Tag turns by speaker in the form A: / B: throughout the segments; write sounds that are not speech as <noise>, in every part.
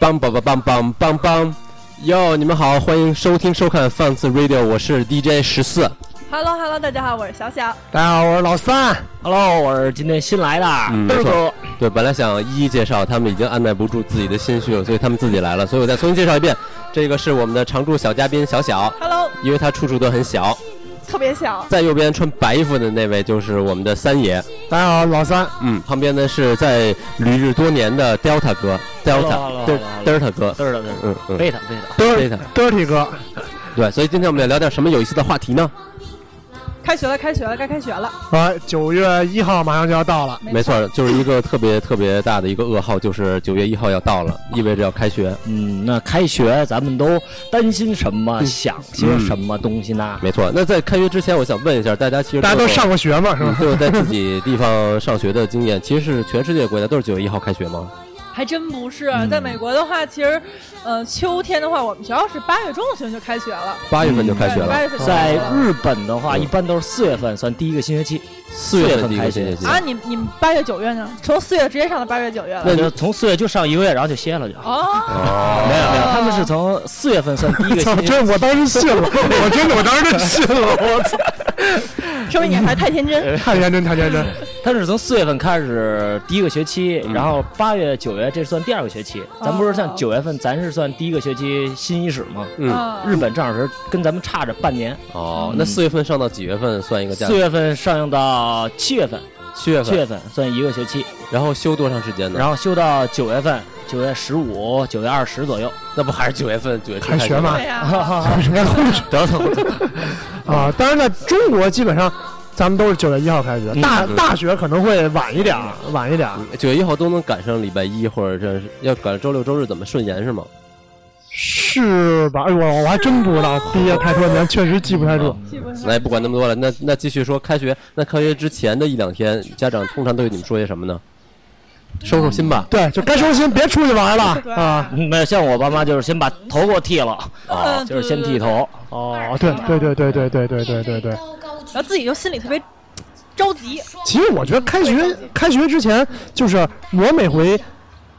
A: 梆梆梆梆梆梆梆！哟，你们好，欢迎收听收看放肆 Radio，我是 DJ 十四。
B: Hello Hello，大家好，我是小小。
C: 大家好，我是老三。Hello，我是今天新来的
A: 嗯
C: 豆
A: 没
C: 豆
A: 错。对，本来想一一介绍，他们已经按耐不住自己的心绪了，所以他们自己来了。所以我再重新介绍一遍，这个是我们的常驻小嘉宾小小，
B: Hello，
A: 因为他处处都很小。
B: 特别小，
A: 在右边穿白衣服的那位就是我们的三爷，
C: 大家好，老三。
A: 嗯，旁边呢是在旅日多年的 Delta 哥
C: Hello，hello，
A: ，Delta Delta
C: hello，hello 哎
A: 哥，
C: 豆豆豆豆，
A: 嗯嗯，
C: 贝塔贝塔。
A: Delta，
C: dirty 哥，
A: 对，所以今天我们要聊点什么有意思的话题呢？
B: 开学了，开学了，该开学了。
D: 啊，九月一号马上就要到了，
A: 没错，就是一个特别特别大的一个噩耗，就是九月一号要到了，意味着要开学。
C: 嗯，那开学咱们都担心什
A: 嗯
C: 么，想些什么东西呢？
A: 没错，那在开学之前，我想问一下大家，其实
D: 大家都
A: 有
D: 上过学嘛，是
A: 嗯
D: 吧？
A: 都有在自己地方上学的经验，其实是全世界国家都是九月一号开学吗？
B: 还真不是，啊
A: 嗯
B: 在美国的话，其实，呃，秋天的话，我们学校是八月中旬就开学了，
A: 八月份就开学
B: 对嗯八
A: 了，
B: 月份就开
C: 在
B: 学了。
C: 日本的话，
A: 嗯
C: 一般都是四月份算第一个新学期，
A: 四月份第一个星期
C: 四
A: 期
B: 啊，你你们八月九月呢？从四月直接上到八月九月了。
C: 那就从四月就上一个月，然后就歇了就。
B: 哦，
A: 哦
C: 没有没有，他们是从四月份算第
A: <laughs>
C: 一个
D: 操，
C: 星期。
D: 这我当时信了，我真的我当时真信了，我操，
B: 说明你还太天真。
D: 太天真太天真，
C: 他们是从四月份开始第一个学期，
A: 嗯
C: 然后八月、九月这算第二个学期。咱不是像九月份，咱是算第一个学期新一始吗？
A: 嗯，
B: 啊
C: 日本正好是跟咱们差着半年，
A: 哦，那四月份上到几月份算一个假
C: 四？月份上映到七月份，
A: 七月
C: 七
A: 份，嗯
C: 月份算一个学期，
A: 然后休多长时间呢？
C: 然后休到九月份，九月十五、九月二十左右。
A: 那不还是九月份九月初
D: 开学
A: 吗？
D: 嘛
B: 对呀，
D: 人家护士
A: 等等，
D: 啊。当然，在中国基本上咱们都是九月一号开学，大
A: 嗯
D: 大学可能会晚一点儿，晚一点儿。
A: <laughs> 九月一号都能赶上礼拜一，或者这是要赶上周六周日，怎么顺延是吗？
D: 是吧？哎呦，我我还真不知道，毕业太多年，确实记不太住。
B: 基本上
A: 那也不管那么多了，那那继续说开学。那开学之前的一两天，家长通常对你们说些什么呢？嗯收收心吧。
D: 对，就该收心，别出去玩了啊！
C: 嗯没有，像我爸妈就是先把头给我剃了，
A: 啊，
B: 嗯
C: 就是
B: 对
C: 先
B: 对
C: 剃
B: 对
C: 头。
D: 哦，对对对对对对对对对对。
B: 然后自己就心里特别着急，
D: 其实我觉得开学开学之前，就是我每回，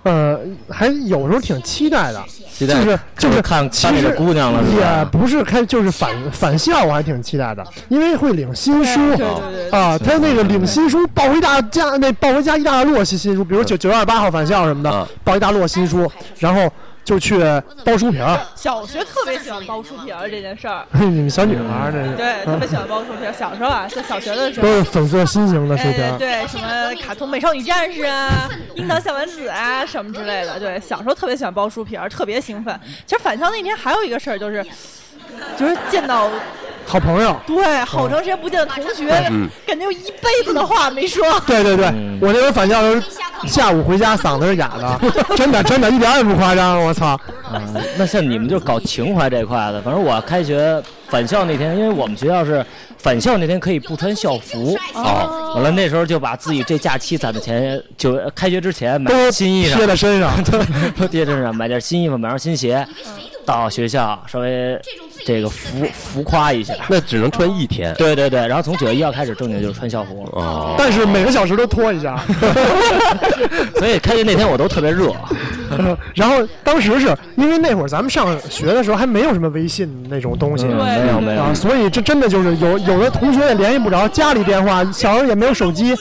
D: 呃，还有时候挺期待的，
A: 期
D: 就
A: 待
D: 是就是
C: 看
D: 其
C: 班里
D: 实
C: 的啊姑娘了是
D: 也
C: 吧？
D: 不是开就是返返校，我还挺期待的，因为会领新书。
B: 对对对对，
D: 啊，他那个领新书抱回大家，那抱回家一大摞新新书，比如九九二八号返校什么
A: 啊
D: 的，抱一大摞新书，然后就去包书皮儿。 <laughs>
B: 小学特别喜欢包书皮儿这件事儿，
D: 你们小女孩儿那是
B: 对，特别喜欢包书皮儿。小时候啊，在小学的时候
D: 都。是粉色心形的书皮
B: 哎，
D: 儿。
B: 对，什么卡通美少女战士啊、樱桃小丸子啊什么之类的。对，小时候特别喜欢包书皮儿，特别兴奋。其实返校那天还有一个事儿，就是就是见到
D: 好朋友。
B: 对好长时间不见的同学，
A: 嗯
B: 感觉有一辈子的话没说。
D: 对对对，
C: 嗯
D: 我那时候返校的时候，下午回家嗓子是哑的， <laughs> 真的真的，一点儿也不夸张，我操！
C: 啊，那像你们就搞情怀这块的，反正我开学返校那天，因为我们学校是返校那天可以不穿校服，
A: 哦
C: 完了那时候就把自己这假期攒的钱，就开学之前买
D: 都
C: 件新衣裳
D: 贴，在身
C: <laughs>
D: 上，
C: 都贴身上买点新衣服，买双新鞋，到学校稍微这个浮浮夸一下。
A: 那只能穿一天。
C: 对对对，然后从九月一号开始正经就是穿校服了，
A: 哦，
D: 但是每个小时都脱一下。
C: <laughs>
D: <laughs>
C: 所以开学那天我都特别热。
D: 然后当时是因为那会儿咱们上学的时候还没有什么微信那种东西。
C: 嗯
B: 对
C: 没有没有
D: 啊，，所以这真的就是有有的同学也联系不着家里电话，小时候也没有手机，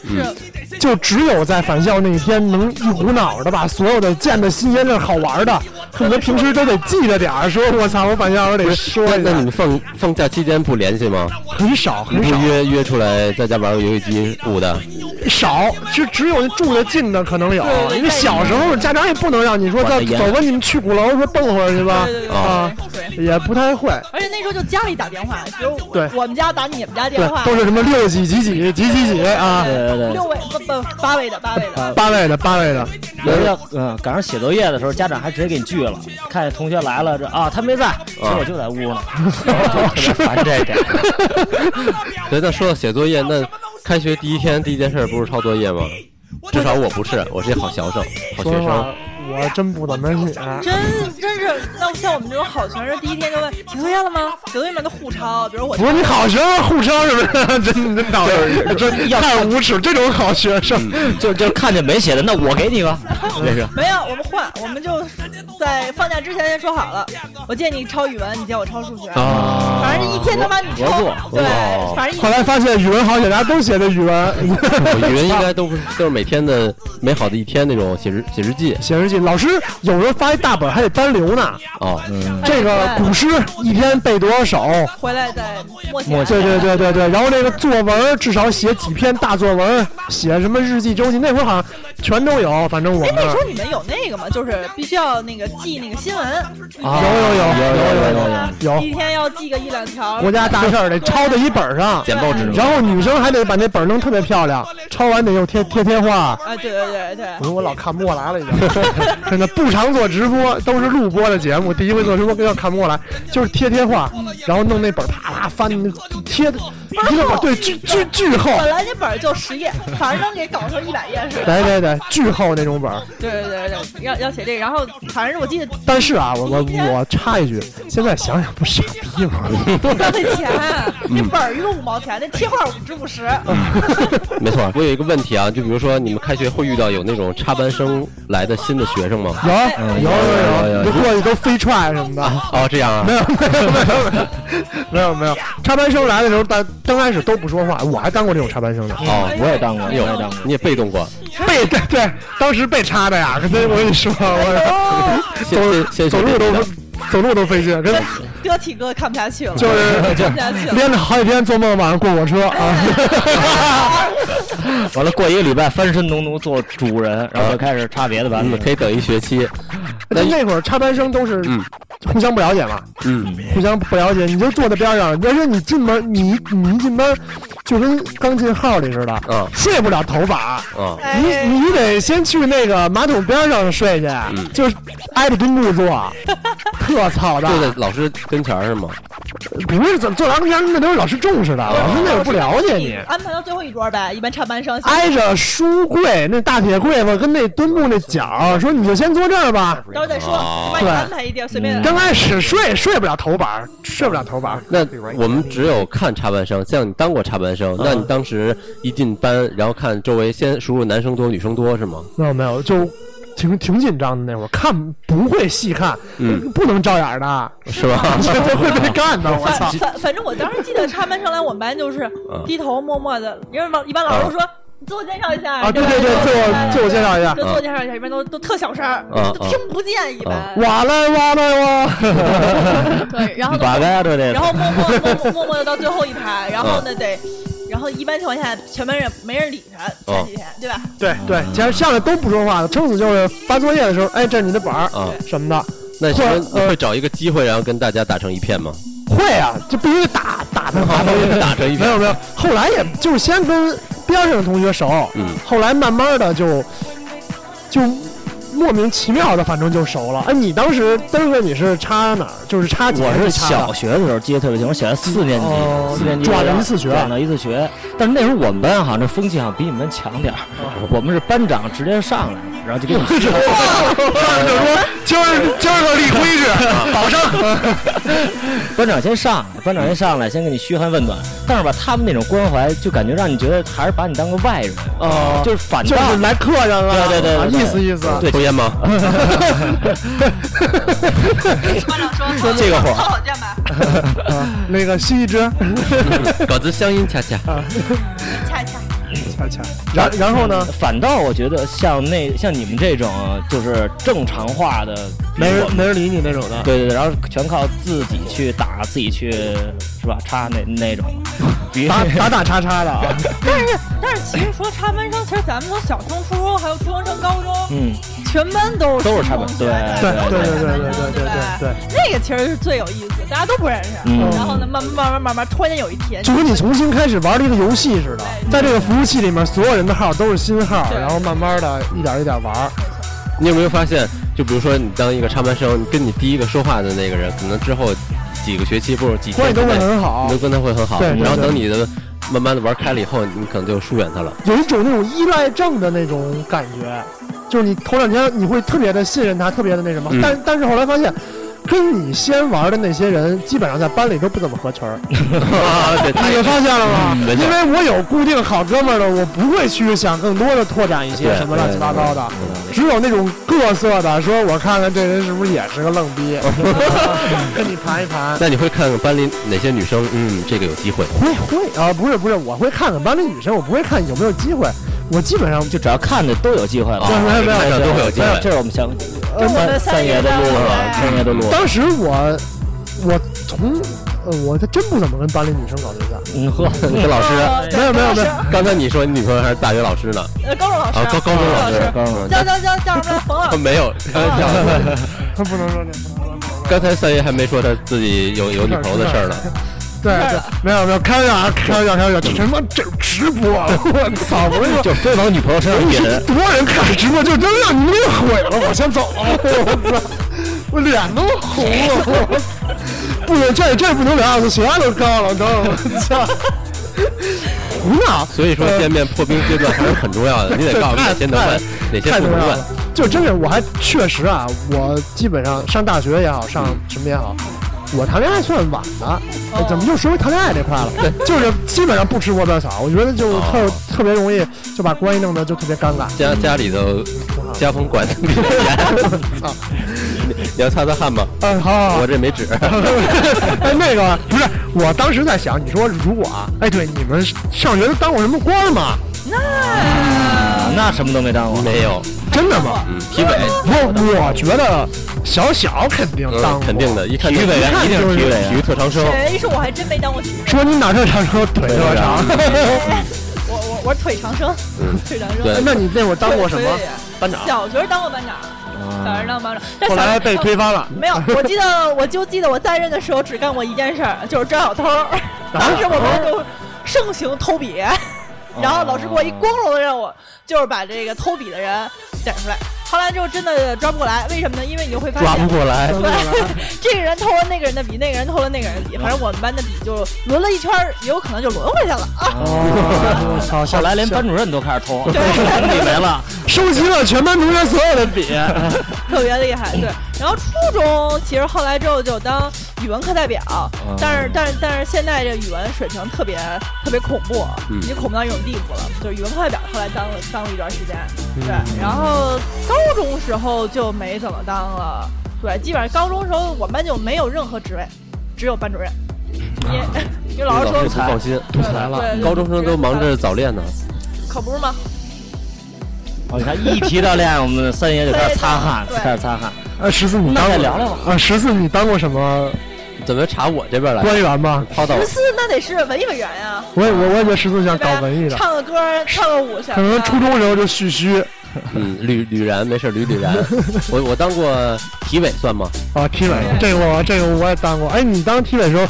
D: 就只有在返校那一天能一股脑的把所有的见的新鲜事儿好玩的，恨不得平时都得记着点儿，说我操，我返校我得说
A: 那
D: 一
A: 那你
D: 下
A: 们，放放假期间不联系吗？
D: 很少
A: 不
D: 很少
A: 约约出来在家玩个游戏机舞的？
D: 少，只只有住得近的可能有，因为小时候家长也不能让你说
C: 管
D: 走
C: 得严
D: 走吧，你们去鼓楼说蹦会儿去吧
B: 对，对对
D: 啊
B: 对，对。
D: 也不太会。
B: 而且那时候就家里打电话，比如
D: 对
B: 我们家打你们家电
D: 对
B: 话，，
D: 都是什么六几几几几几几啊，
C: 对对对
B: 六位不不八位的八位的。
D: 八位的八位的，
C: 有要嗯赶上写作业的时候，家长还直接给你拒了。看见同学来了，这啊他没在，其实我就在屋呢， <laughs> 特别烦这个。
A: <laughs> 对，那说到写作业，那开学第一天第一件事不是抄作业吗？至少我不是，我是一好学生，好学
D: 说实话
A: 生。，
D: 我真不怎么写。
B: 真真是就是那像我们这种好学生，第一天就问写作业了吗？写作业吗？都互抄，比如我
D: 不是你好学生互抄是不是？真真脑袋，真太无耻！这种好学生，
C: 就就看见没写的，那我给你吧。这是
B: 没有，我们换，我们就在放假之前先说好了，我借你抄语文，你借我抄数学，
A: 啊
B: 反正一天他妈你抄
C: 合作，
B: 对
A: 合作，
B: 反正一
D: 后来发现语文好写，大家都写的语文。
A: 我语文应该都不是都是每天的美好的一天那种写日写日记啊
D: <laughs> 写日记，老师有时候发一大本还得单留呢。
A: 哦，
D: 这个古诗一天背多少首？
B: 回来再默写。
C: 默
D: 对对对对对，然后那个作文至少写几篇大作文，写什么日记周记，那会儿好像全都有，反正我
B: 哎，
D: 们那
B: 那
D: 儿
B: 时候你们有那个吗？就是必须要那个记那个新闻，
C: 啊
D: 有有
C: 有
D: 有有有有
B: 一天要记个一两条。
D: 国家大事儿得抄在一本儿上，
A: 剪报纸
D: 然后女生还得把那本儿弄特别漂亮，抄完得又贴贴贴画。
B: 啊，对对对对
D: 我，说我老看不过来了，已经真的不常做直播，都是录播的节目。第一回做直播更要看不过来，就是贴贴画，然后弄那本儿啪啪翻，贴的一个本儿对巨巨巨厚，
B: 本来那本儿就十页，反正给搞成一百页似的。
D: 对对对，巨厚那种本儿。
B: 对对对对，要要写这个，然后反正我记得
D: 但是啊，我我我插一句，现在想想不傻逼 <laughs> 吗？
B: 浪费钱，那本儿一个五毛钱，那贴画五至五十。
D: 嗯
A: 没错。我有一个问题啊，就比如说你们开学会遇到有那种插班生来的新的学生吗？
D: 有
B: 嗯
D: 有
A: 有有
D: 有
A: 有
D: 有，就过去都飞踹什么的。
A: 哦，这样啊
D: 没有没有没有没有，没有没有，插班生来的时候，大刚开始都不说话，我还当过这种插班生呢，
A: 哦，
C: 我也当过，我
A: 你
C: 也
A: 有
C: 当过。
A: 你也被动过，
D: 被对对，当时被插的呀，跟我跟你说，
A: 哎
B: 哦
D: <laughs> 我
A: 先先先啊
D: 走路都
A: 先
D: 走路都费劲，跟
A: <laughs>
B: 哥体哥看不下去了，
D: 就
B: 看
D: 是 <laughs>
B: 不下去了。
D: 连着好几天做梦晚上过火车啊，
C: 完了，过一个礼拜翻身农奴做主人，然后就开始插别的班
A: 嗯
C: 子，
A: 可以等一学期。那
D: <laughs> 那那会儿插班生都是
A: 嗯
D: 互相不了解嘛，
A: 嗯，
D: 互相不了解，你就坐在边上，要是你进门，你你一进门就跟刚进号里似的，
A: 嗯
D: 睡不了头把。
A: 啊，
D: <laughs> 你
B: 哎
D: 你得先去那个马桶边上睡去，
A: 嗯
D: 就是挨着墩
A: <laughs>
D: 布坐，特操蛋
A: 就。在老师跟前儿是吗？
D: 不是怎么坐廊边，那都是老师重视的，哦老师那会儿不了解你。哎
B: 安排到最后一桌呗，一般插班生。
D: 挨着书柜那大铁柜子跟那墩布那角，说你就先坐这儿吧。
B: 到时候再说，
A: 啊
B: 就把你安排一地儿，随便。
D: 刚开始睡睡不了头把，睡不了头把。
A: 那我们只有看插班生，像你当过插班生，那
D: 嗯
A: 你当时一进班，然后看周围先数数男生多女生多是吗？
D: 没有没有，就挺挺紧张的那会儿，看不会细看，
A: 嗯
D: 不能照眼儿 <laughs> 的，
A: 是吧？
D: 这会被干的。我操
B: 反！反反正我当时记得插班生来我们班就是
A: 嗯
B: 低头默默的，因为老一般老师说你自我介绍一下
D: 啊，对对对，自我自我介绍一下
B: 就，自我介绍一下，一般都都特小声儿，
A: 嗯
B: 都听不见一般。
D: 哇嘞哇嘞哇！
B: <laughs> 对，然后
C: 八嘎的这
B: 然后默默默默默默的到最后一排，然后呢得，然后一般情况下全班人没人理他，前几天对吧？
D: <laughs>
B: <laughs>
D: 对对，其实上来都不说话的，撑死就是发作业的时候，哎，这是你的本儿
A: 啊，
D: 什么的。
A: 那你说
D: 或
A: 你会找一个机会，然后跟大家打成一片吗？
D: 会啊，就必须得打
A: <laughs>
D: 打他打
A: 打成一
D: <laughs> 没
A: 片 <laughs>
D: 有没有，后来也就是先跟边上的同学熟，
A: 嗯
D: 后来慢慢的就就莫名其妙的，反正就熟了。哎，你当时登哥你是插哪儿？就是插几
C: 我
D: 年
C: 是
D: 级插的
C: 小学的时候记得特别清，我小学四年级，
D: 哦
C: 四年级
D: 转了一次学
C: 转了一次学。但是那时候我们班好像这风气好像比你们强点儿，
D: 哦
C: 我们是班长直接上来，然后就
D: <laughs>
C: 给你们
D: 就说今儿今儿个立规矩， <laughs> 保证。
C: <laughs> 班长先上来，班长先上来，先给你嘘寒问暖。但是吧，他们那种关怀就感觉让你觉得还是把你当个外人，
D: 哦
C: 就是反
D: 就
C: 倒
D: 是来客人了，
C: 对对对对对
D: 啊意思意思。
C: 对
A: 抽烟吗？
B: 班长说
C: 这个火
B: 好好见吧，
D: 啊那个吸一 <laughs> 支，
A: 稿子乡音恰恰，
B: 恰恰。
D: 恰恰。然然后呢？
C: 反倒我觉得像那像你们这种就是正常化的，
D: 没
C: 我
D: 人
C: 们
D: 没人理你那种的。
C: 对对对，然后全靠自己去打，自己去是吧？插那那种，比 <laughs>
D: 打打打叉叉的啊，
B: 但是但是，其实说插班生，其实咱们从小升初中还有初中升高中，
C: 嗯，
B: 全班都
C: 都是插班
B: 对
D: <laughs>
C: 对
D: 对对对对对对对
B: 对
D: 对对，
B: 那个其实是最有意思，大家都不认识，
C: 嗯
B: 然后呢，慢慢慢慢慢慢，突然间有一天，
D: 就跟你重新开始玩了一个游戏似的，在这个服务器里面，所有人的号都是新号，
B: 对
D: 然后慢慢的一点一点玩。
A: 你有没有发现？就比如说你当一个插班生，你跟你第一个说话的那个人，可能之后几个学期或者几
D: 关
A: 天
D: 系都
A: 之
D: 会
A: 内，
D: 很好
A: 你都，跟他会很好。
D: 对对
A: 然后
D: 对
A: 等你的慢慢的玩开了以后，你可能就疏远他了。
D: 有一种那种依赖症的那种感觉，就是你头两天你会特别的信任他，特别的那什么，
A: 嗯
D: 但但是后来发现，跟你先玩的那些人，基本上在班里都不怎么合群儿。
A: 啊对，他
D: 你
A: 也
D: 发 <laughs> 现了吗？
A: 嗯没错
D: 因为我有固定好哥们儿的，我不会去想更多的拓展一些
A: 对
D: 什么乱七八糟的，只有那种各色的，说我看看这人是不是也是个愣逼，跟你盘一盘。
A: 那你会看看班里哪些女生？嗯，这个有机会。
D: 会会啊，不是不是，我会看看班里女生，我不会看有没有机会。我基本上就
C: 就只要看的都有机会了。
A: 啊
D: 哦没有没有
A: 看上都会有机
C: 这
A: 会。
C: 是我们想
B: 这是我
C: 三
B: 们
C: 三
B: 三
C: 爷
B: 爷嗯
C: 的
B: 的
C: 路了，
B: 对
C: 三爷的路。
D: 当时我我从呃我还真不怎么跟班里女生搞对象，
C: 嗯呵，
A: 这老师，
B: 呃
D: 没有没有没有，
A: 刚才你说你女朋友还是大学老师呢？
B: 呃，高中老师
A: 啊，高高中老
B: 老
A: 师，
B: 师，
A: 高中老
B: 叫叫叫叫什么来？冯老
A: 师
B: 师，
A: 没有，开玩笑的。
D: 不能说这不能说这。
A: 刚才三爷还没说他自己有有女朋友的事儿呢。
D: 对
B: 儿
D: 对
B: 了，
D: 没有没有，开玩笑啊，开玩笑，开玩笑，这他妈这直播，我操！我跟你说，
C: 就非往女朋友身上别人。
D: <laughs> 多人看直播就真让你们给毁了，我先走了， <laughs> 我操！我脸都红了，我操不能这这不能聊，血压都高了，都我操！胡闹，
A: 所以说见面破冰阶段还是很重要的，你得告诉哪些能问，哪些
D: 呃太
A: 不
D: 重
A: 能
D: 要
A: 问
D: 了。。就真是，我还确实啊，我基本上上大学也好，上什么也好，我谈恋爱算晚的。哎怎么又说回谈恋爱这块了？对，就是基本上不吃窝边草，我觉得就特、
A: 哦
D: 特别容易就把关系弄得就特别尴
A: <laughs>
D: 尬。 <laughs>
A: 家家里头家风管的比较严。
D: 操，
A: 你要擦擦汗吗？
D: 嗯，好好好
A: 我。这没纸。
D: <laughs> 哎，那个不是，我当时在想，你说如果啊，哎，对，你们上学都当过什么官吗？
B: 那
C: 嗯那什么都没当过，
A: 没有，
D: 真的吗？
A: 嗯，体委，
D: 我我觉得小小肯定
A: 嗯
D: 当过，
A: <laughs> 肯定的，一看
C: 体育委员
A: 一定是体
D: 一定是体育
A: 育
D: 委
C: 员
A: 体育特长生。
B: 谁哎说我还真没当过体育
D: 说你哪特长，说腿特长。
B: 哎我我我是腿长生，腿长生。
A: 嗯对
D: <laughs> 那你那会儿当过什么
B: 腿？腿
D: 班长？
B: 小学当过班长，
C: 啊
B: 小学当班长，但
D: 后
B: 小
D: 来
B: 学
D: 被推翻
C: <laughs>
D: 了。
B: 没有，我记得， <laughs> 我就记得我在任的时候只干过一件事儿，就是抓小偷儿。
D: 啊
B: 当时我们就盛行偷笔，
D: 哦
B: 然后老师给我一光荣的任务，就是把这个偷笔的人点出来。后来之后真的抓不过来，为什么呢？因为你就会发现，
A: 过来
C: <laughs>
D: 过来
B: <laughs> 对，这个人偷了那个人的笔，那个人偷了那个人的笔，反正我们班的笔就轮了一圈儿，也有可能就轮回去了啊。
D: 哦，我操！
C: 后来连班主任都开始
B: <laughs>
C: 哦偷，
B: 对
C: 你没了。
D: 收集了全班同学所有的笔。
B: 特别厉害，对。然后初中其实后来之后就当语文课代表，但是但是但是现在这语文水平特别特别恐怖，
A: 嗯
B: 已经恐怖到一种地步了。就是语文课代表后来当了当了一段时间，对。然后高中时候就没怎么当了，对，基本上高中时候我们班就没有任何职位，只有班主任。因为 <laughs> 因为老师
A: 老
B: 说
A: 师不放心，
B: 对对对对
A: 高中生都忙着早恋呢。
B: 可不是吗？
C: 哦，你看一提到恋爱，我们三爷就开始擦汗，
B: 对
C: 开始擦汗。
D: 呃，十四，你当
C: 那
D: 过
C: 再聊聊吧
D: 啊，十四，你当过什么
A: 怎么查我这边来？
D: 官员吗？
A: 抛到
B: <laughs> 十四那得是文艺委员呀、
D: 我也我我也觉得十四像搞文艺的，
B: 唱个歌，跳个舞什
D: 可
B: 么的。
D: 能初中时候就蓄须
A: 嗯，吕吕然没事，吕吕然。我我当过体委算吗？
D: 啊，体委
B: 对
D: 这个我这个我也当过。哎，你当体委的时候，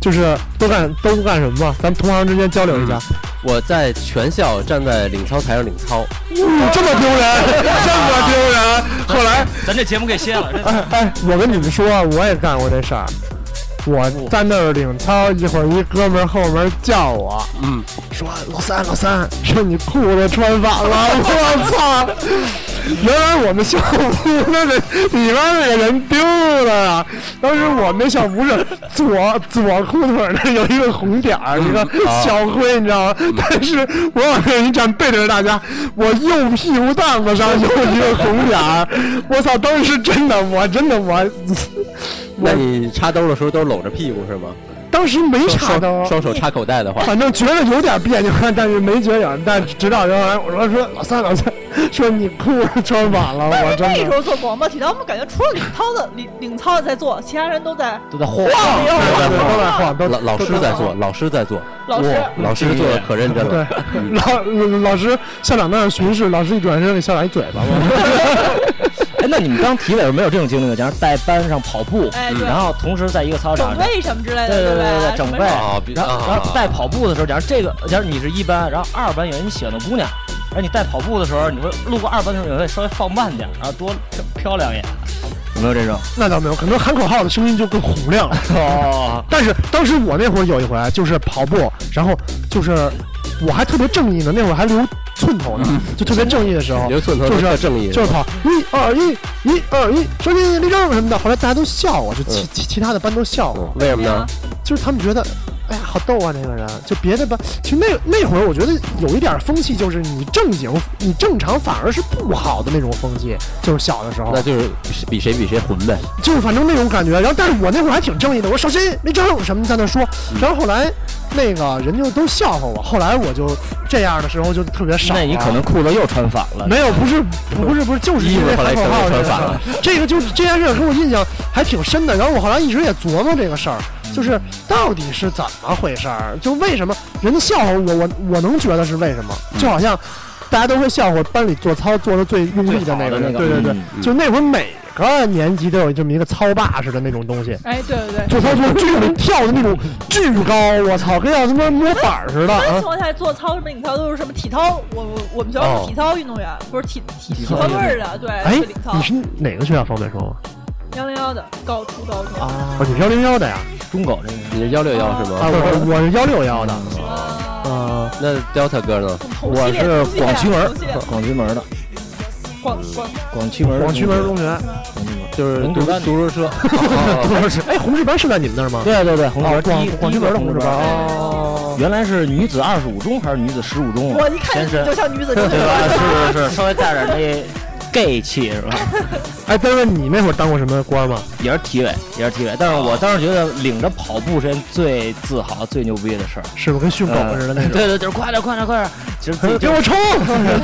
D: 就是都干都干什么吧？咱们同行之间交流一下。
A: 我在全校站在领操台上领操，
D: 嗯，这么丢 <laughs> 人，这么丢人。后来
C: 咱这节目给歇了，这
D: <laughs> 哎哎，我跟你们说，我也干过这事儿。我在那儿领操，一会儿一哥们儿后门叫我，
A: 嗯，
D: 说老三老三，说你裤子穿反了， <laughs> 我操！原来我们校服那个里边那个人丢了呀。当时我们那校服是左左裤腿儿那儿有一个红点儿，一个
A: 啊
D: 小灰，你知道吗？但是我往那一站，背对着大家，我右屁股蛋子上有一个红点儿，我操！当时真的，我真的我，
A: 那你插兜的时候都搂着屁股是吗？
D: 当时没查
A: 双
D: 到。
A: 双手插口袋的话，
D: 反正觉得有点别扭，但是没觉得。但直到原来我说说老三老三，说你裤子穿反了，我真
B: 那时
D: 的。
B: 候做广播体操，我们感觉除了领操的领领操的在做，其他人都在
C: 都在晃。
D: 都在晃，都
A: 老老师在做，老师在做，
B: 老师
A: 哇老师做的可认真
D: 对
A: 了。，
D: 老呃老师校长那儿巡视，老师一转身给校长一嘴巴，
C: 哎，那你们当体委有没有这种经历呢？假如带班上跑步，
B: 哎对
C: 然后同时在一个操场
B: 整
C: 上。
B: 备什么之类的，
C: 对对
B: 不
C: 对对，
B: 对，
C: 整备，
B: 什么
A: 啊比
C: 然后
A: 啊
C: 然后带跑步的时候，假如这个，假如你是一班，然后二班有人你喜欢的姑娘，然后你带跑步的时候，你会路过二班的时候，你会稍微放慢点，然后多飘飘两眼，有没有这种？
D: 那倒没有，可能喊口号的声音就更洪亮了。
C: 哦，
D: 但是当时啊我那会儿有一回就是跑步，然后就是我还特别正义呢，那会儿还留寸头的，
B: 嗯
D: 就特别正义的时候，
A: 留寸头
D: 就是
A: 特正义，
D: 就是跑一二一一二一，收起立正什么的。后来大家都笑我，就其
B: 嗯
D: 其其他的班都笑我
A: 嗯，为什么呢？
D: 就是他们觉得，哎呀，好逗啊，那个人。就别的班，其实那那会儿我觉得有一点风气，就是你正经，你正常反而是不好的那种风气，就是小的时候
A: 那，就是比谁比谁混呗。
D: 就是反正那种感觉。然后，但是我那会儿还挺正义的，我手心没正什么在那说。然后后来，那个人就都笑话我。后来我就这样的时候就特别少了。啊
C: 那你可能裤子又穿反了。
D: 没有，不是，不是，不是，就是因为喊口号这个事儿。这个就是这件事儿给我印象还挺深的。然后我后来一直也琢磨这个事儿，就是到底是怎么回事儿，就为什么人家笑话我，我我能觉得是为什么？就好像大家都会笑话班里做操做的最用力的那个
C: 最好的那
D: 人，
C: 个嗯
D: 对对对，就那会儿每个年级都有这么一个操霸似的那种东西。
B: 哎，对对对。
D: 做操做得巨力跳的那种巨高，我操，跟要他妈摸板儿似的
B: 一般
D: 啊
B: 情！况下做操什么领操都是什么体操，我我我们学校
A: 哦
B: 是体操运动员，不是体体体
C: 操
B: 操队儿的，对，
D: 哎
B: 是领，操
D: 你，是哪个学校方便说吗？
B: 幺零幺的高初高中啊
D: 啊，你是幺零幺的呀？
C: 中狗这个
A: 你是幺六幺是
D: 啊，
A: 吗？
D: 我我是幺六幺的，啊，
A: 那 Delta 哥呢？
B: 同
C: 我
B: 系列
C: 是
B: 同系列同系
C: 广渠门
B: 列
C: 儿，广渠门儿的，
B: 广广
C: 广渠门儿的
D: 广渠门中学。
C: 广渠门儿
A: 就是
C: 红
A: 读
C: 纸班
A: 读书车，
D: <laughs> 哎，红石班是在你们那儿吗？
C: 对对对，红
D: 哦
C: 门
D: 广广渠门的
C: 红
D: 红石班。哦，
C: 原来是女子二十五中还是女子十五中啊？
B: 我一看哦
C: 先
B: 你
C: 是
B: 就像女子中学
C: 对吧？是是是，稍微带点那 gay 气是吧？
D: 哎，丹丹，你那会儿当过什么官吗？
C: 也是体委，也是体委，但是我当时觉得领着跑步是件最自豪、最牛逼的事儿。
D: 是不是跟训狗似的那
C: 呃
D: 种？
C: 对对，就是快点快点快点，其
D: <laughs>
C: 实自己
D: 给
C: 就
D: 我冲！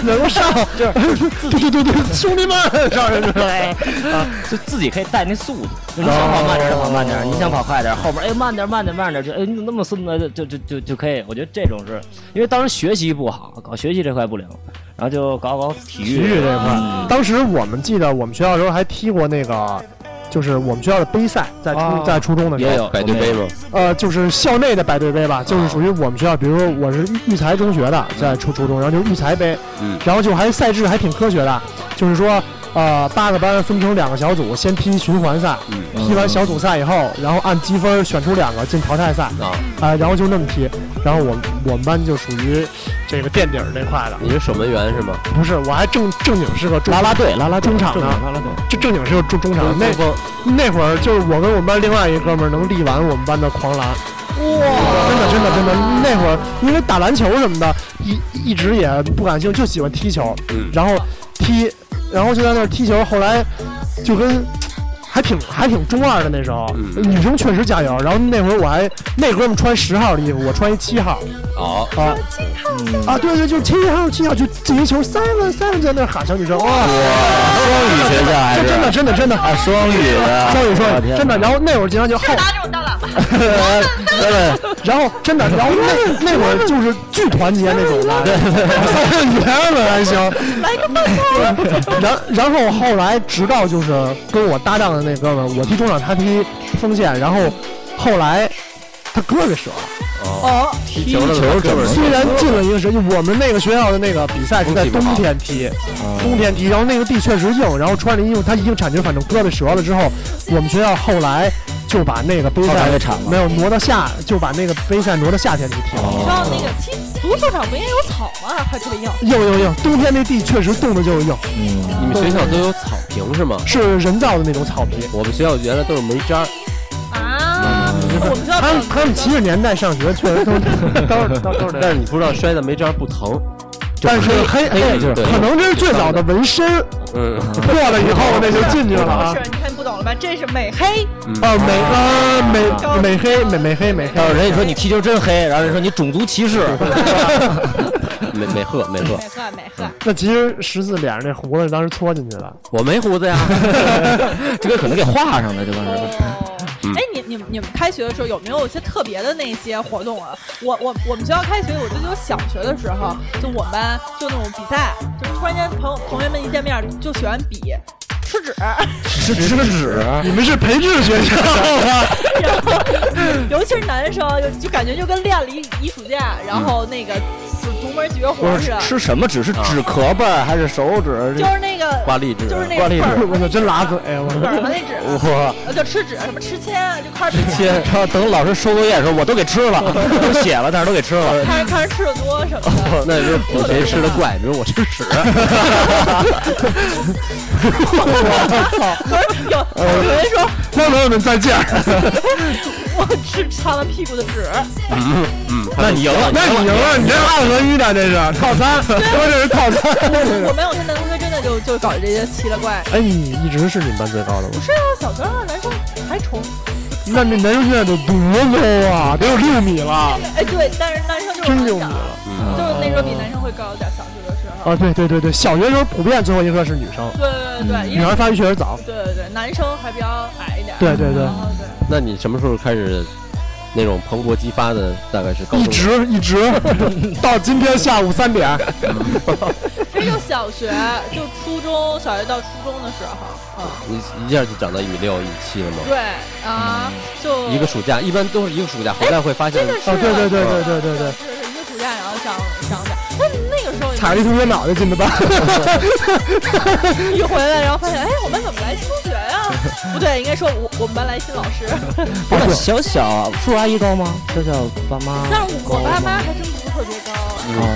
D: 给我上！ <laughs>
C: 就是
D: 对对对对，兄弟们！
C: 让人来啊，就自己可以带那速度，你想跑慢点就跑慢点，你想跑快点，后边哎慢点慢点慢点，就哎你怎么那么孙子就就就就就可以。我觉得这种是因为当时学习不好，搞学习这块不灵，然后就搞搞体育。嗯
D: 体育这块儿，当时我们记得我们学校的时候还踢过那个。就是我们学校的杯赛，在
C: 啊
D: 初在初中的时
C: 也
D: 候，
C: 有
A: 百对杯吗？
D: 呃，就是校内的百对杯吧，就是属于我们学校，比如说我是育育才中学的，在初初中，然后就是育才杯，
A: 嗯
D: 然后就还赛制还挺科学的，就是说，呃，八个班分成两个小组，先踢循环赛，
A: 嗯
D: 踢完小组赛以后，然后按积分选出两个进淘汰赛，
A: 啊，
D: 啊、然后就那么踢，然后我我们班就属于这个垫底儿这块的，
A: 你是守门员是吗？
D: 不是，我还正正经是个中
C: 拉拉队
D: 拉拉中场
C: 正
D: 呢
C: 常，拉拉队。
D: 这正经是个中中场，那
A: 中锋
D: 那会儿就是我跟我们班另外一哥们儿能力完我们班的狂澜。
B: 哇，
D: 真的真的真的，那会儿因为打篮球什么的，一一直也不感兴趣，就喜欢踢球。
A: 嗯
D: 然后踢，然后就在那儿踢球，后来就跟。还挺还挺中二的那时候，
A: 嗯
D: 女生确实加油。然后那会儿我还那哥们穿十号的衣服，我穿一七号
A: 哦，
D: 啊啊，对对，就是七号七号，就进一球三分三分，在那儿喊小女生哇，
A: 双语学校还
D: 这
A: 是
D: 真的真的真的，
C: 啊，双语的，
D: 双语
C: 我
D: 双语
C: 天
A: <laughs>
D: 真的。
C: 哪
D: 然后那会儿经常就后
B: 拿这种大喇叭，
D: 然后真的，然后那那会儿就是巨团结那种的，三个爷们儿还行。
B: 来个饭菜，
D: <laughs> 然然后后来直到就是跟我搭档的那哥们儿，我踢中场，他踢锋线，然后后来他胳膊折了，
B: 哦，
A: 踢球的时候哥们
D: 虽
A: 儿
D: 然进了一个神，就我们那个学校的那个比赛是在冬啊天踢，冬天踢，然后那个地确实硬，然后穿着衣服他已经感觉反正胳膊折了之后，我们学校后来。就哦把那个杯
C: 后来
D: 赛
C: 给铲了
D: 没有挪到夏，就把那个杯赛挪到夏天去踢了。
B: 你知道那个踢足球场不也有草吗？还特别硬，
D: 硬硬硬，冬天那地确实冻的就是硬，
A: 你们学校都有草坪是吗？
D: 是人造的那种草皮。
A: 我们学校原来都是煤渣儿，
B: 啊，我们学校
D: 他们他们七十年代上学
C: <laughs>
D: 确实都都是都是
A: 但是你不知道摔在煤渣儿不疼，
D: 但是黑黑
A: 就是
D: 可能这是最早的纹身
A: 嗯，
D: 破了以后那就进去了啊
B: 是，你看你不懂了吧？这是美黑，
D: 啊美啊美美黑美美黑美黑
C: 到时候人家说你踢球真黑，然后人说你种族歧视， <laughs>
A: 美美鹤美鹤，
B: 美黑美黑，
D: 那其实十四脸上那胡子当时搓进去的，
A: 我没胡
C: <laughs>
A: 子呀，
C: 这个可能给画上了，这帮人。
B: 哦，哎，你你们你们开学的时候有没有一些特别的那些活动啊？我我我们学校开学，我记得我小学的时候，就我们班就那种比赛，就突然间朋友同学们一见面就喜欢比吃 <laughs> 纸，
D: 是吃纸，
C: 啊
D: 你们是培智学校啊？
B: <laughs> 然嗯后尤其是男生，就就感觉就跟练了一一暑假，然后那个就独门绝活
C: 我
B: 似
C: 是
B: 的，
C: 吃什么纸？是纸壳吧，还是手指？
B: 就是那个
A: 挂荔枝，
B: 就是那
C: 挂
D: 啊
B: 个
C: 历
B: 本儿
C: 纸
D: 我就真拉嘴，啊我
B: 本
C: 啊
B: 儿嘛那纸，
C: 我
B: 呃就吃纸什么吃签啊，就开始吃
C: 天，他等老师收作业的时候，我都给吃了，都写了，但是都给吃了。
B: 开始开始吃的多什么的。
A: <laughs>
C: 哦
A: 那就是比谁吃的怪，比如我吃屎，
B: 可是有有人说
D: 观众朋友们
C: 啊
D: 再见。
B: 我吃擦了屁股的纸，
A: 嗯
C: 那你赢了，
D: 那你赢了，你这二合一的这是套餐，说这是套餐。 <laughs>
B: 我们有些男同学真的就就搞这些奇了怪。
D: 哎，你一直是你们班最高的吗？
B: 是啊，小学二男生还重。
D: 那那男生现在得多 low 啊，得有六米了，
B: 哎，对，但是男生就是
D: 真六
B: 很长，
D: 米了
B: 就是那时候比男生会高一点，小学的时候。
C: 哦
D: 啊！对对对对，小学时候普遍最后一课是女生，
B: 对对
C: 嗯
B: 对，
D: 女
B: 因为
D: 孩发育确实早。
B: 对对对，男生还比较矮一点。
D: 对对对
B: 然，后对。
A: 那你什么时候开始那种蓬勃激发的？大概是高
D: 一
A: 中，
D: 直一直 <laughs> 到今天下午三点。
B: 其哎实就小学，就初中，小学到初中的时候，嗯，
A: 你一下就长到一米六、一米七了吗？
B: 对啊，就
A: 一个暑假，一般都是一个暑假，回来会发现
B: 真的是
D: 啊对对对对对对对
B: 是是一个暑假，然后长长点。但那个时候
D: <laughs>
B: 也
D: 踩了一同学脑袋进的班， <laughs>
B: 一回来，然后发现，哎，我们怎么来新同学
D: <laughs>
B: 呀？不对，应该说我我们班来新老师。
D: 嗯啊
C: 不是小小叔阿姨高吗？小小爸妈
B: 但是我
C: 高吗啊
B: 爸妈还真不是特别高，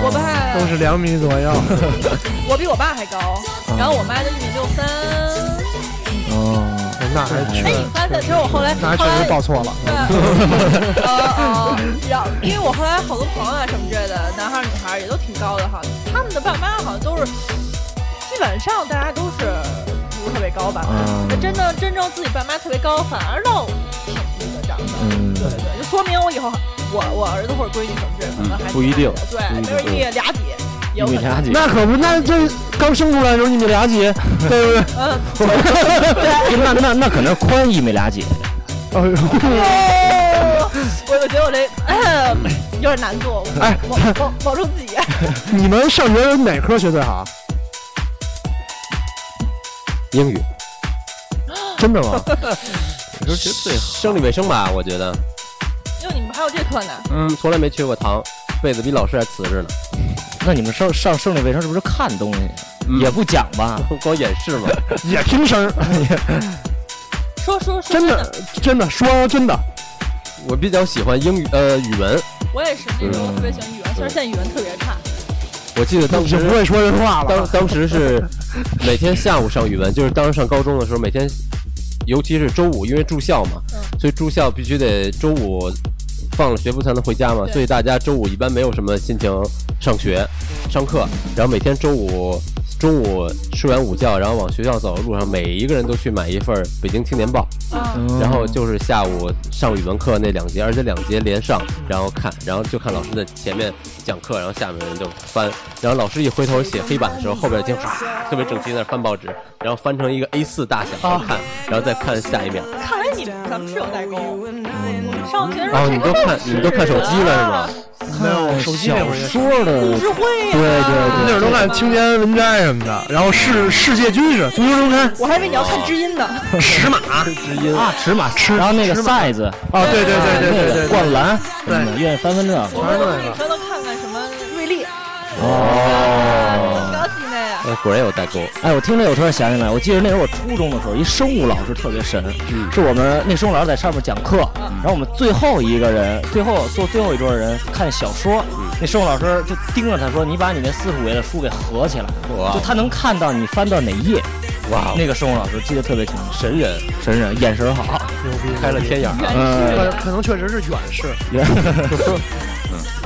B: 我爸
D: 嗯都是两米左 <laughs> 右。
B: 我比我爸还高，
D: 嗯
B: 然后我妈就一米六三。
C: 哦，
D: 那还确
B: 哎，你发
D: 嗯
B: 现，其实我后来
D: 那还
B: 后
D: 确
B: 来
D: 实报错了。
B: 对， <laughs> 呃呃，然后因为我后来好多朋友啊什么之类的，男孩儿女孩儿也都挺高的哈，他们的爸妈好像都是，基本上大家都是不是特别高吧，
C: 嗯
B: 真的真正自己爸妈特别高，反而倒挺低的长得，
C: 嗯
B: 对对，就说明我以后我我儿子或者闺女什么之类的，可能还挺
A: 嗯不一定
B: 对，没准一米俩几，也有
C: 一
B: 可
C: 米
B: 能
C: 八，几，
D: 那可不，那这刚生出来的时候一米俩 <laughs> 几，对不对？
B: 嗯， <laughs>
C: 那那那可能宽一米俩几，
D: 哎呦
B: 哦我我觉得我这、嗯 <coughs> 有点难做，我
D: 哎
B: 保保保证 <laughs> 自己。
D: 你们上学哪科学最好？
A: 英语，
D: 真的 <laughs> 吗？
A: 生理卫生吧，我觉得，
B: 哟，你们还有这课呢？
A: 嗯，从来没缺过堂，被子比老师还瓷实呢，
C: 那你们上上生理卫生是不是看东西、
A: 嗯
C: 也不讲吧？
A: 光演示嘛，
D: 也听声儿，
B: 说说说
D: 真的，真的说真的，
A: 我比较喜欢英语，呃，语文，
B: 我也是那时候特别喜欢语文，虽然现在语文特别差。
A: 我记得当
D: 也
A: 时
D: 不会说人话
A: 当
D: 了。
A: 当时是每天下午上语文，就是当时上高中的时候，每天，尤其是周五，因为住校嘛，
B: 嗯
A: 所以住校必须得周五放了学不才能回家嘛，
B: 对
A: 所以大家周五一般没有什么心情上学、上课，然后每天周五中午吃完午觉，然后往学校走的路上，每一个人都去买一份《北京青年报》，
B: 啊，
D: 嗯
A: 然后就是下午上语文课那两节，而且两节连上，然后看，然后就看老师的前面讲课，然后下面人就翻，然后老师一回头写黑板的时候，后边已经唰特别整齐在那翻报纸，然后翻成一个 A 4大小然后看，然后再看下一面。
B: 啊看来你咱们是有代沟。上学的时
A: 然
B: 候
A: 后哦
B: 谁
A: 你们都
B: 会
A: 看，你们都看手机了是吗？
D: 没有手机那
C: 小
D: 会儿也
C: 说
B: 故
C: 的
B: 事会呀，
C: 对对
D: 那会儿都看青年文摘什么的，然后
C: 嗯
D: 世世界军事、足球周刊、
B: 我还以为你要看知音呢。
D: 尺码
C: 啊，尺码，然后那个 size，
D: 啊，对对对对对对，
C: 灌篮，
D: 对
C: 嗯，愿意翻翻这个。
B: 我们女生都看看什么瑞丽，啊
C: 哦，
B: 高级那呀。
A: 呃，果然有代沟。
C: 哎，我听这我突然想起来，我记得那时候我初中的时候，一生物老师特别神，
D: 嗯
C: 是我们那生物老师在上面讲课，然后我们最后一个人，最后坐最后一桌的人看小说，
D: 嗯
C: 那生物老师就盯着他说：“你把你那四十五页的书给合起来，
A: 哇
C: 就他能看到你翻到哪页。”
A: 哇，
C: 那个生物老师记得特别清楚，
A: 神人
C: 哦神人，眼神好。
D: 牛逼，
A: 开了天眼儿。
D: 可
C: 嗯，
D: 能可能确实是远视。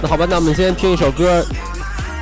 A: 那好吧，那我们先听一首歌，《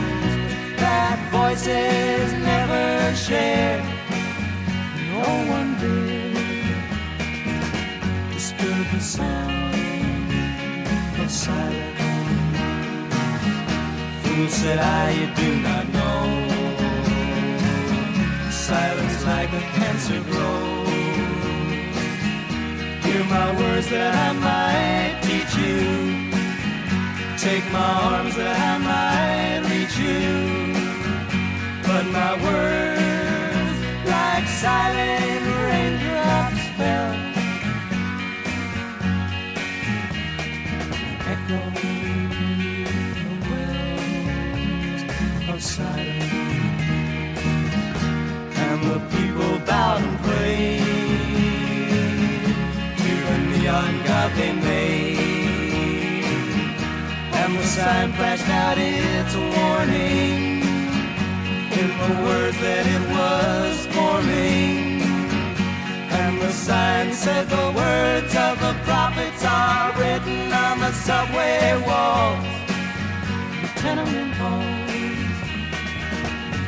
E: that voices never shared. No one did disturb the sound of silence. Fool said I, you do not know. Silence like a cancer grows. Hear my words that I might teach you. Take my arms that I might reach you. But my words, like silent raindrops, fell. Echoing the wells of silence and the people bowed and prayed to a neon god they made. And the sign flashed out its warning in the words that it was forming. And the sign said the words of the prophets are written on the subway walls, the tenement halls,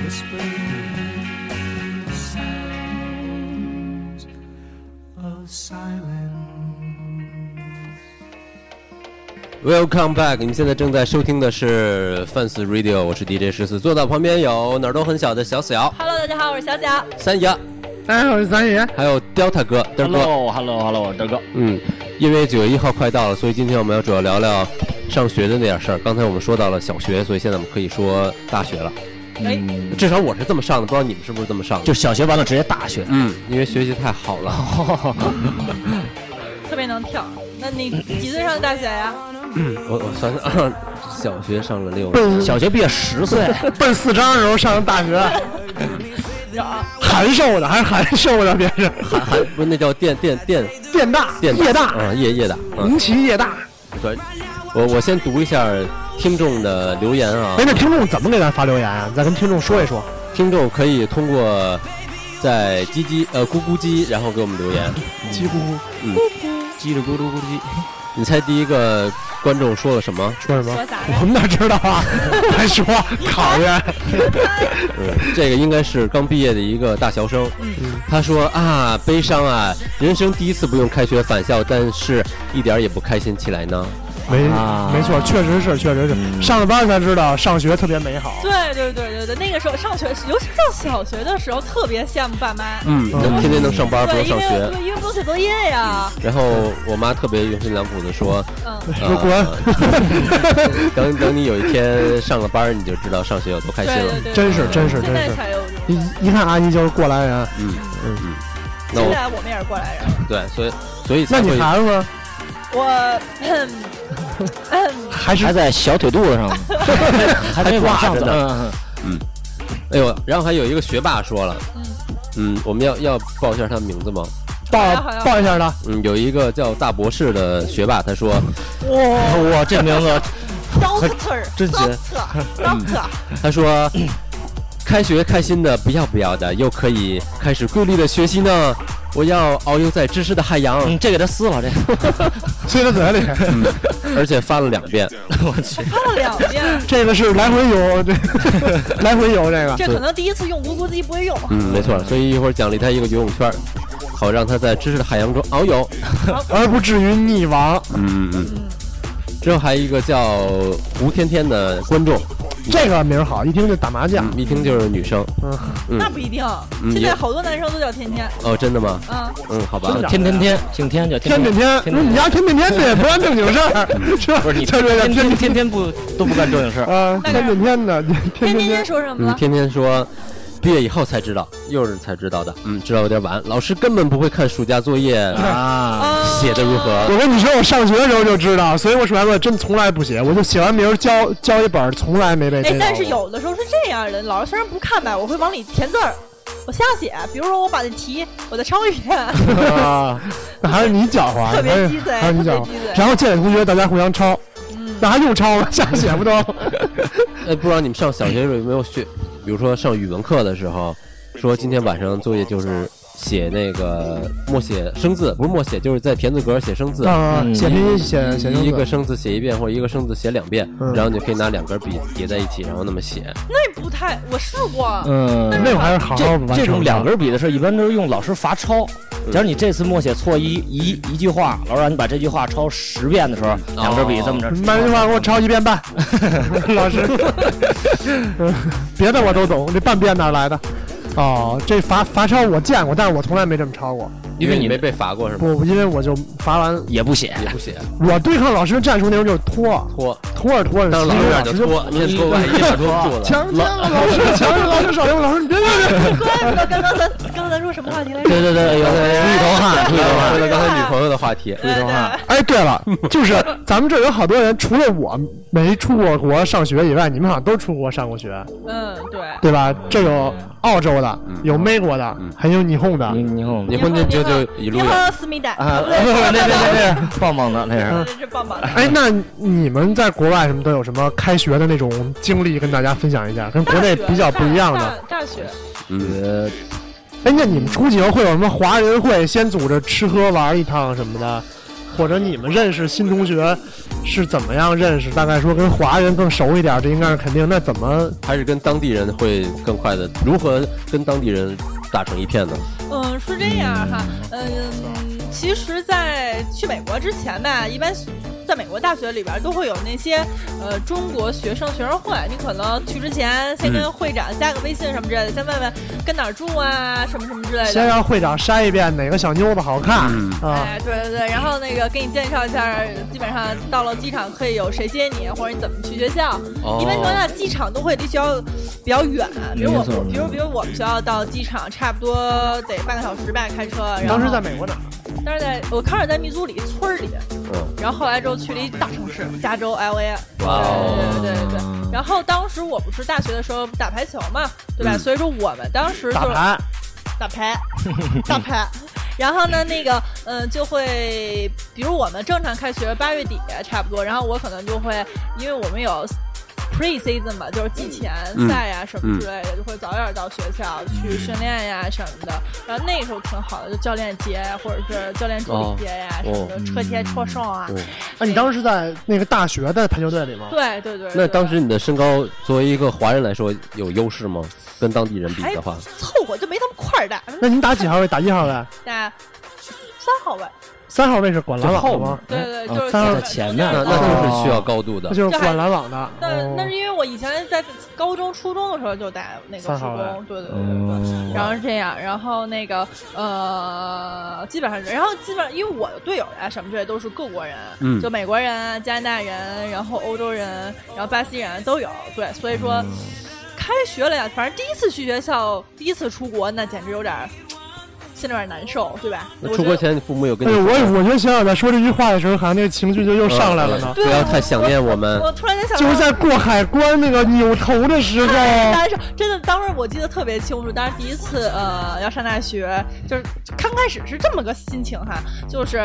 E: whispering sounds of silence.
A: Welcome back！你们现在正在收听的是 Fans Radio，我是 DJ 十四，坐到旁边有哪儿都很小的小小
B: Hello，大家好，我是小贾。
A: 三爷，
D: 哎，我是三爷，
A: 还有 Delta 哥，嘚儿哥。
C: Hello，Hello，Hello，德哥，
A: 嗯，因为九月一号快到了，所以今天我们要主要聊聊上学的那点事儿。刚才我们说到了小学，所以现在我们可以说大学了。
B: 哎，
A: 至少我是这么上的，不知道你们是不是这么上的？
C: 就小学完了直接大学。
A: 嗯，因为学习太好了。
B: 特别能跳。那你几岁上的大学呀？
A: 我我算算，小学上了六年，
D: 奔
C: 小学毕业十岁，
D: 奔四张，然后上大
C: <laughs>
D: 学，函授的还是函授的，别是
A: 还还不那叫电电电
D: 电大、
A: 电
D: 夜大、
A: 嗯，夜夜大，嗯，
D: 红旗夜大。
A: 对，我我先读一下听众的留言啊
D: 哎，，那听众怎么给咱发留言啊？你再跟听众说一说。
A: 听众可以通过在叽叽呃咕咕叽，然后给我们留言。
D: 几乎
C: 叽里咕噜咕噜叽。
A: 你猜第一个观众说了什么？
D: 说什么
B: 说啥呀？
D: 我们哪知道
B: <laughs>
D: 啊？还说考验
C: 啊
A: 嗯，这个应该是刚毕业的一个大学生。他说啊，悲伤啊，人生第一次不用开学返校，但是一点儿也不开心起来呢。
D: 没
C: 啊
D: <laughs> 没错，确实是，确实
C: 嗯
D: 是，上了班才知道上学特别美好。
B: 对对对对对，那个时候上学，尤其上小学的时候，特别羡慕爸妈。
A: 嗯，能天天能上班，不
B: 对，
A: 用
B: 因
A: 上
B: 为
A: 学。
B: 对，因为不用写作业呀。
A: 然后我妈特别用心良苦的说，
B: 嗯，
A: 呃
C: 啊
D: 滚
A: <laughs> 等等你有一天上了班儿，你就知道上学有多开
B: 对
A: 心了
B: 对。对，
D: 真是真是
B: 现在
D: 真是
B: 才有。
D: 一一看阿姨就是过来人，
A: 嗯嗯嗯。那
B: 现
A: 我
B: 在我们也是过来人。
A: 对，所以所以
D: 那
A: 才
D: 你
A: 会
D: 孩子呢？
B: 我，嗯
A: <laughs>
B: 嗯，
D: 还是
C: 还在小腿肚子上， <laughs> 还没往上
A: 还挂着
C: 走。
A: 呢
C: 嗯嗯
A: 哎呦，然后还有一个学霸说了，嗯，我们要要报一下他的名字吗？
D: 报
B: 好呀
D: 报一下的，
A: 嗯，有一个叫大博士的学霸，他说，
B: 我
C: 嗯哇，这名字
B: doctor
C: 真
A: <laughs>
C: 绝
B: doctor doctor，
A: 他说，开学开心的不要不要的，又可以开始规律的学习呢。我要遨游在知识的海洋，
C: 嗯，这给他撕了，这
D: 塞他嘴里。
A: 而且翻了两遍。
B: 看了两
A: <laughs>
B: 遍。
D: <laughs> 这个是来回游，这来回游这个。 <laughs>
B: 这可能第一次用咕咕机不会用，
A: 嗯，没错。所以一会儿奖励他一个游泳圈儿，好让他在知识的海洋中遨游。
D: 而不至于溺亡。
A: 嗯嗯。之后还有一个叫胡天天的观众，
D: 这个名儿好，一听就打麻将。
A: 嗯一听就是女生。
D: 嗯，
A: 嗯
B: 那不一定，
A: 嗯
B: 现在
A: 有
B: 好多男生都叫天天
A: 哦，真的吗？
B: 啊。
A: 嗯，好吧
D: 真。的
C: 天天天，姓天叫
D: 天
C: 天
D: 天天，那你家天天天的也不干正经事儿，是吧？
C: 不是你
D: 就
C: 天
D: 是
C: 天
D: 天
C: 天天天不都不干正经事儿，
D: 啊，
B: 那个
D: 天天天的，
B: 天天
D: 天天
B: 天。说什么
A: 嗯，
B: 了？
A: 天天说，毕业以后才知道，幼儿才知道的。嗯，知道有点晚，老师根本不会看暑假作业
C: 啊，
B: 啊
A: 写的如何。
D: 我跟你说，我上学的时候就知道，所以我暑假作业真从来不写，我就写完名儿交交一本儿，从来没被逮
B: 哎
D: 着，
B: 但是
D: 过
B: 有的时候是这样的，老师虽然不看吧，我会往里填字儿，我瞎写。比如说，我把那题我再抄一遍， <laughs>
D: 啊，那还是你狡猾，
B: 特别
D: 还是
B: 鸡贼
D: 还是你狡
B: 特别鸡贼嗯
D: 猾。然后借给同学，大家互相抄，那还用抄吗？瞎写
A: <laughs>
D: 不都？
A: 哎，不知道你们上小学的时候有没有学，比如说上语文课的时候，说今天晚上作业就是写那个默写生字，不是默写，就是在田字格写生字。
D: 啊，
C: 嗯
D: 写拼音写写
A: 一个
D: 生字
A: 生字写一遍，或者一个生字写两遍，
D: 嗯
A: 然后你可以拿两根笔叠在一起，然后那么写。
B: 那不太，我试过。
C: 嗯，
D: 那会儿还是好好完成
C: 这
D: 的
C: 这种两根笔的事儿，一般都是用老师罚抄。假如你这次默写错一一一句话，老师让你把这句话抄十遍的时候，两根笔这么着。
D: 慢句话给我抄一
A: <laughs>
D: 遍半，老师，别的我都懂，这半遍哪儿来的？哦，这罚罚抄我见过，但是我从来没这么抄过。
A: 因为你
C: 因为
A: 没被罚过是吗？
D: 不，因为我就罚完，
C: 也不写，
A: 也不 <laughs> 写，
D: 我对抗老师的战术那时候就是拖，
A: 拖，
D: 拖着拖着，
A: 当
D: 其
A: 老
D: 实
A: 师
D: 老
A: 面就
D: 师就
A: 拖，先拖完一
D: <laughs>
A: 把拖住了。
D: 强奸了老师，强奸了老师，少爷，老师你别别别。
B: 刚刚咱刚刚咱说什么话题来着？
C: 对对对，有出一头汗，出一头汗。
A: 回到刚才女朋友的话题，
B: 对对，
D: 哎，对了，就是咱们这儿有好多人，除了我没出过国上学以外，你们好像都出国上过学，
B: 嗯，对。
D: 对吧？这有澳洲的，有美国的，还有霓虹的。
C: 你你看我们
A: 你婚前就就一路
B: 你
A: 有
B: 好，思密 <laughs> 达
C: 啊，
B: 不
C: 不
B: 对
C: 是不是那那那那是棒棒的那是。
B: 这是棒棒的。
D: 哎，那你们在国外什么都有什么开学的那种经历，跟大家分享一下，跟国内比较不一样的。
B: 大大学，
A: 嗯，
C: <laughs>
D: 哎，那你们出去以后会有什么华人会先组织吃喝玩一趟什么的，或者你们认识新同学是怎么样认识？大概说跟华人更熟一点，这应该是肯定。那怎么
A: 还是跟当地人会更快的，如何跟当地人打成一片呢？
B: 嗯，是这样哈，嗯，其实，在去美国之前吧，一般在美国大学里边都会有那些呃中国学生学生会，你可能去之前先跟会长加个微信什么之类的，先问问跟哪儿住啊，什么什么之类
D: 先
B: 的。
D: 让会长筛一遍哪个小妞子好看、
A: 嗯
D: 啊？
B: 哎，对对对，然后那个给你介绍一下，基本上到了机场可以有谁接你，或者你怎么去学校。
A: 哦
B: 一般情况下，机场都会离学校比较远，比如我
C: 没错，
B: 比如比如我们学校到机场差不多得半个小时吧，开车。然后
D: 当时在美国哪儿？
B: 当时在我开始在密苏里村儿里，然后后来之后去了一大城市，加州 L A。
A: 哇哦
B: 对对对对对。然后当时我不是大学的时候打排球嘛，对吧？
A: 嗯
B: 所以说我们当时就
D: 打
B: 是
D: 牌，啊
B: 打牌， <laughs> 打牌。然后呢，那个，嗯、就会，比如我们正常开学八月底差不多，然后我可能就会，因为我们有 pre season 嘛，就是季前
A: 嗯
B: 赛呀、什么之类的，就会早点到学校去训练呀什么的。然后那个时候挺好的，就教练节呀，或者是教练助理节呀、
A: 哦
B: 什么的，车贴车送啊。
A: 哦
D: 那、你当时在那个大学的排球队里吗？
B: 对对对。
A: 那
B: 对
A: 当时你的身高作为一个华人来说有优势吗？跟当地人比
B: 还
A: 的话，
B: 凑合，就没他们块儿大，
D: 那您打几号位？打一号位？
B: 嗯那三号位，
D: 三号位是管篮
C: 在后
D: 网的
C: 面
B: 对对，
D: 吗？
A: 哦
C: 啊
B: 就是
D: 三号
C: 在前面
A: 那
B: 那
A: 那就是需要高度的
D: 那。哦就是
B: 这还
D: 管篮网的。
B: 那
D: 哦
B: 那是因为我以前在高中、初中的时候就打那个
D: 三
B: 助
D: 号
B: 攻，
D: 位
B: 对对对对对。
C: 嗯
B: 然后是这样，然后那个呃，基本上是，然后基本上因为我的队友呀、什么之类都是各国人，
A: 嗯
B: 就美国人啊、加拿大人，然后欧洲人，然后巴西人都有，对，所以说、开学了呀，反正第一次去学校，第一次出国，那简直有点儿心里有点难受，对吧？
A: 那
B: 我
A: 出
B: 觉
A: 国
B: 得
A: 前你父母有跟
D: 哎
A: 你
D: 呦，
A: 说
D: 我我就想想在说这句话的时候，好像那个情绪就又上来了呢。
A: 嗯不
B: 对啊
A: 要太想念我们哦
B: 我突然间想到，
D: 就是在过海关那个扭头的时候，
B: 太难受，真的，当时我记得特别清楚，当时第一次呃要上大学，就是刚开始是这么个心情哈，就是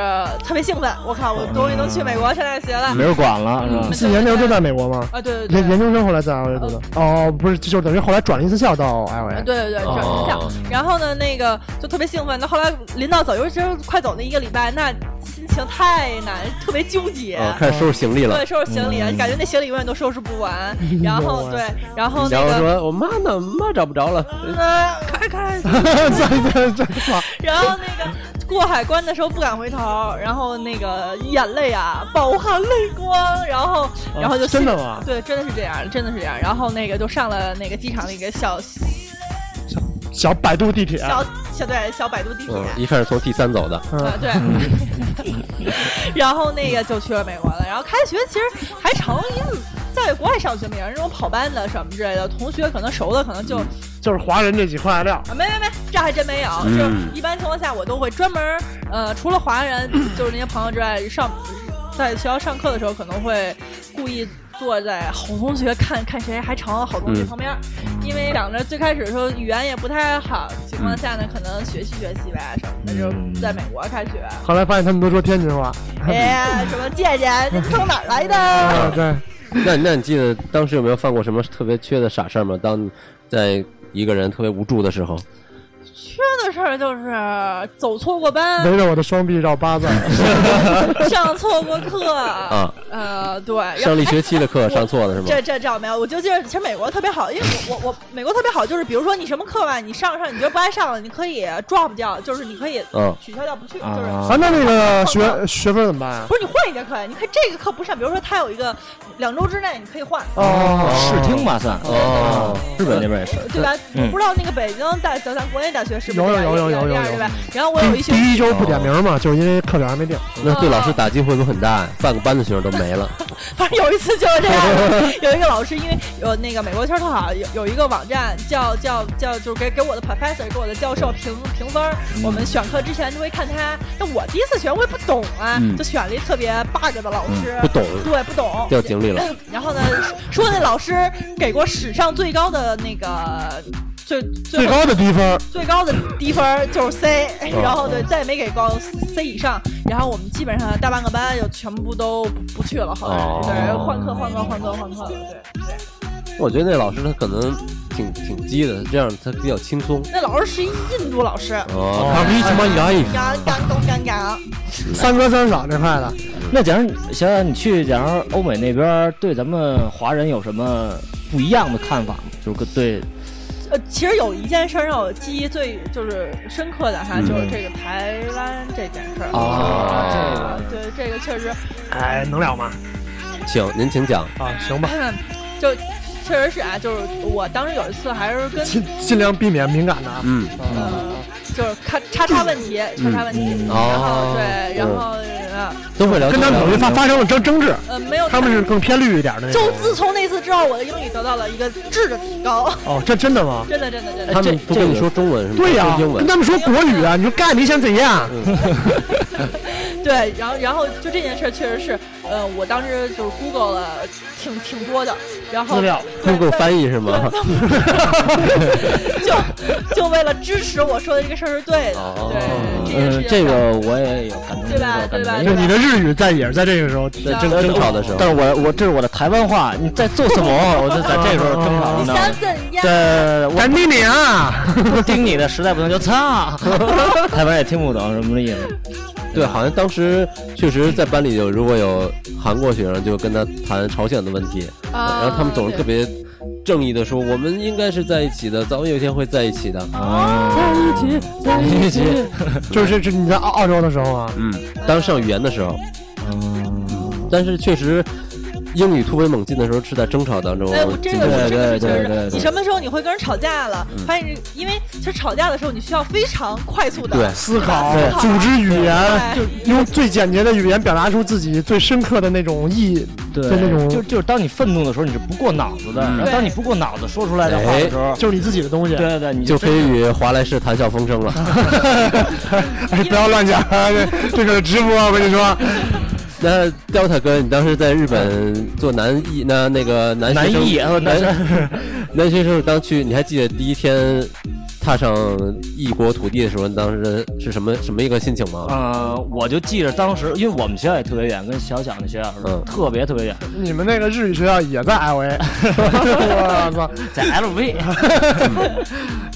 B: 特别兴奋，我靠，我终于能去美国上大学了
C: 没人管了是吧
B: 嗯？
D: 四年那时候都在美国吗？
B: 啊！对对
D: 研
B: 对
D: 研。究生后来在 L A 读的。哦，不是，就等于后来转了一次校到 L
B: 啊
D: <laughs> A。
B: 对对对，转一下
A: 哦，
B: 然后呢，那个就特别兴奋。那后来临到走，尤其是快走那一个礼拜，那心情太难，特别纠结。
A: 啊，开始收拾行李了嗯
B: 对，。收拾行李，感觉那行李永远都收拾
A: <laughs>
B: 不完。然后对，然后
A: 然
B: 那
A: 后
B: 个，
A: 说我妈呢，妈找不着了。
B: 呃，开开，
D: 在在在，
B: 然后那个过海关的时候不敢回头，然后那个眼泪啊饱含泪光，然后然后就、
D: 哦真的吗
B: 对，真的是这样，真的是这样。然后那个就上了那个机场的一个
D: 啊
B: 小
D: 小摆渡地铁，
B: 小小对小摆渡地铁，
D: 哦
A: 嗯，一看是从 T 三走的，
D: 嗯
B: 啊，
D: <laughs>
B: 对，然后那个就去了美国了。然后开学其实还成，因为在国外上学没人，这种跑班的什么之类的，同学可能熟的可能就啊，
D: 就是华人这几块料。
B: 没没没，这还真没有。
A: 嗯
B: 就是一般情况下，我都会专门儿呃，除了
A: <clears throat>
B: 华人，就是那些朋友之外，上在学校上课的时候，可能会故意坐在好同学看看谁还成好同学
A: 嗯
B: 旁边儿，因为想着最开始的时候语言也不太好情
A: 嗯
B: 况下呢，可能学习学习呗什么的，就是在美国开学。
D: 后来发现他们都说天津话，
A: 嗯
B: 哎，什么姐姐，你从哪儿来
A: <laughs>
B: 的？
D: 啊，对，
A: 那那你记得当时有没有犯过什么特别缺的傻事儿吗？当你在一个人特别无助的时候，
B: 缺的事儿就是走错过班，
A: <laughs>
D: 围着我的双臂绕八字儿，
B: 上错过课
A: 啊，
B: 呃，对，然后
A: 上了一学期的课上错了是吗？
B: 这这这我没有，我就记得，其实美国特别好，因为我我我美国特别好，就是比如说你什么课吧，你上上你觉得不爱上了，你可以 drop 掉，就是你可以
A: 嗯
B: 取消掉不去，就是
C: 啊
D: 啊，那那个学学分怎么办啊？
B: 不是你换一节课呀，你可以这个课不上，比如说他有一个两周之内你可以换，
D: 哦，
C: 试听吧算。
A: 哦，
C: 日本那边也是，
B: 对吧？
C: 嗯
B: 我不知道那个北京大咱咱国内大学是不是
D: 有
B: 这样
D: 有有
B: 也
D: 有
B: 是这样
D: 有有嗯
B: 对吧？然后我哦有一学
D: 第一周不点名嘛，就是因为课表还没定。
A: 那对老师打击会不会很大呀？啊半个班的学生都没了。
B: 反正有一次就是这
A: <laughs>
B: 样，有一个老师，因为有那个美国圈儿特好，有有一个网站叫叫叫，就是给给我的 professor 给我的教授评评分儿。
A: 嗯
B: 我们选课之前都会看他，但我第一次选我也不懂啊，
A: 嗯
B: 就选了一特别 bug 的老师，
A: 不懂
B: 对，不懂，
A: 掉井里了
B: 嗯。 <laughs> 然后呢，说那老师给过史上最高的那个最最
D: 最
B: 后
D: 高的低分，
B: 最高的低分儿就是 C，然后对再也没给高 C 以上，然后我们基本上大半个班就全部都不去了，后来
A: 哦
B: 对换课换课换课换课了，对。
A: 我觉得那老师他可能挺挺鸡的，这样他比较轻松。
B: 那老师是一印度老师，
A: 哦，他为什么压抑？
B: 干干干干干，
D: 三哥三嫂这块的，
C: 那假如你想想你去，假如欧美那边对咱们华人有什么不一样的看法吗？就是跟对
B: 呃，其实有一件事儿让我记忆最就是深刻的哈，就是这个台湾这件事儿。
C: 啊
B: 哦
A: 哦
C: 这个
B: 对，这个确实
D: 哎，能聊吗？
A: 请您请讲。
D: 啊，行吧，
B: 就确实是啊，就是我当时有一次还是跟
D: 尽尽量避免敏感的啊。
A: 嗯，
B: 呃，就是咔叉叉问题，叉叉问题，然后
A: 哦
B: 对，然后呃
A: 都会聊。
D: 跟他们有一发发生了争争执，
B: 呃没有，
D: 他
A: 嗯
D: 们是更偏绿一点的那
B: 就
D: 种。
B: 自从那次之后，我的英语得到了一个质的提高， <laughs>
D: 哦，这真的吗？
B: 真的真的真的
A: 他。们嗯不跟你说中文是吗？
D: 对呀
A: 说英，
D: 跟
A: 文。
D: 他们说国语啊，你说干你想怎样？
B: 对，然后然后就这件事儿确实是，呃，我当时就是 Google 了挺挺多的，然后
D: 资料
B: 对
A: Google 翻译是吗？
B: <laughs> 就就为了支持我说的这个事儿是对的，
A: 哦
B: 对
C: 嗯
B: 件，事
C: 这
B: 情上。
C: 个我也有感同身受，感
B: 对吧
C: 觉
B: 对
D: 就
B: 吧
D: 你的日语在也是在这个时候，
A: 在争争吵的时候，
C: 但是我我这是我的台湾话，你在做什么？我就在这时候争吵
B: 你
C: 呢。
B: 想怎样？
C: 这
D: 干你娘啊！ <laughs>
C: 我盯你的，实在不行就擦。台湾也听不懂什么意思。
A: 对，好像当时确实在班里有，如果有韩国学生，就跟他谈朝鲜的问题，
B: 啊
A: 然后他们总是
B: 对
A: 特别正义的说，我们应该是在一起的，早晚有一天会在一起的。啊
C: 在一起，
D: 就是这你在澳澳洲的时候啊，
A: 嗯，当时上语言的时候，
C: 嗯，
A: 但是确实英语突飞猛进的时候是在争吵当中
B: 哎，我这
A: 进
B: 个
A: 行的。
B: 是这个是确实
C: 对对
B: 的。
C: 对对
B: 你什么时候你会跟人吵架了？发现这因为其实吵架的时候，你需要非常快速的
A: 对
D: 思考
B: 对、
D: 组织语言，
B: 对
D: 就用最简洁的语言表达出自己最深刻的那种意义。就那
C: 对，
D: 种
C: 就就是当你愤怒的时候，你是不过脑子的。然后当你不过脑子说出来的话的时候，
D: 就是你自己的东西，
C: 啊对对对，你
A: 就可
C: 真
A: 以与华莱士谈笑风生了。
D: 哎，不要乱讲， <laughs> 这这个直播我跟你说，
A: 那刁塔哥，你当时在日本做男艺，那那个男
C: 难
A: 学生
C: 以 <laughs> 呃难
A: 男男学生当去，你还记得第一天踏上异国土地的时候，你当时是什么什么一个心情吗？
C: 呃，我就记着当时，因为我们学校也特别远，跟小蒋的学校似的，
A: 嗯
C: 特别特别远，
D: 你们那个日语学校也在 L A，我操！
C: 在 LV。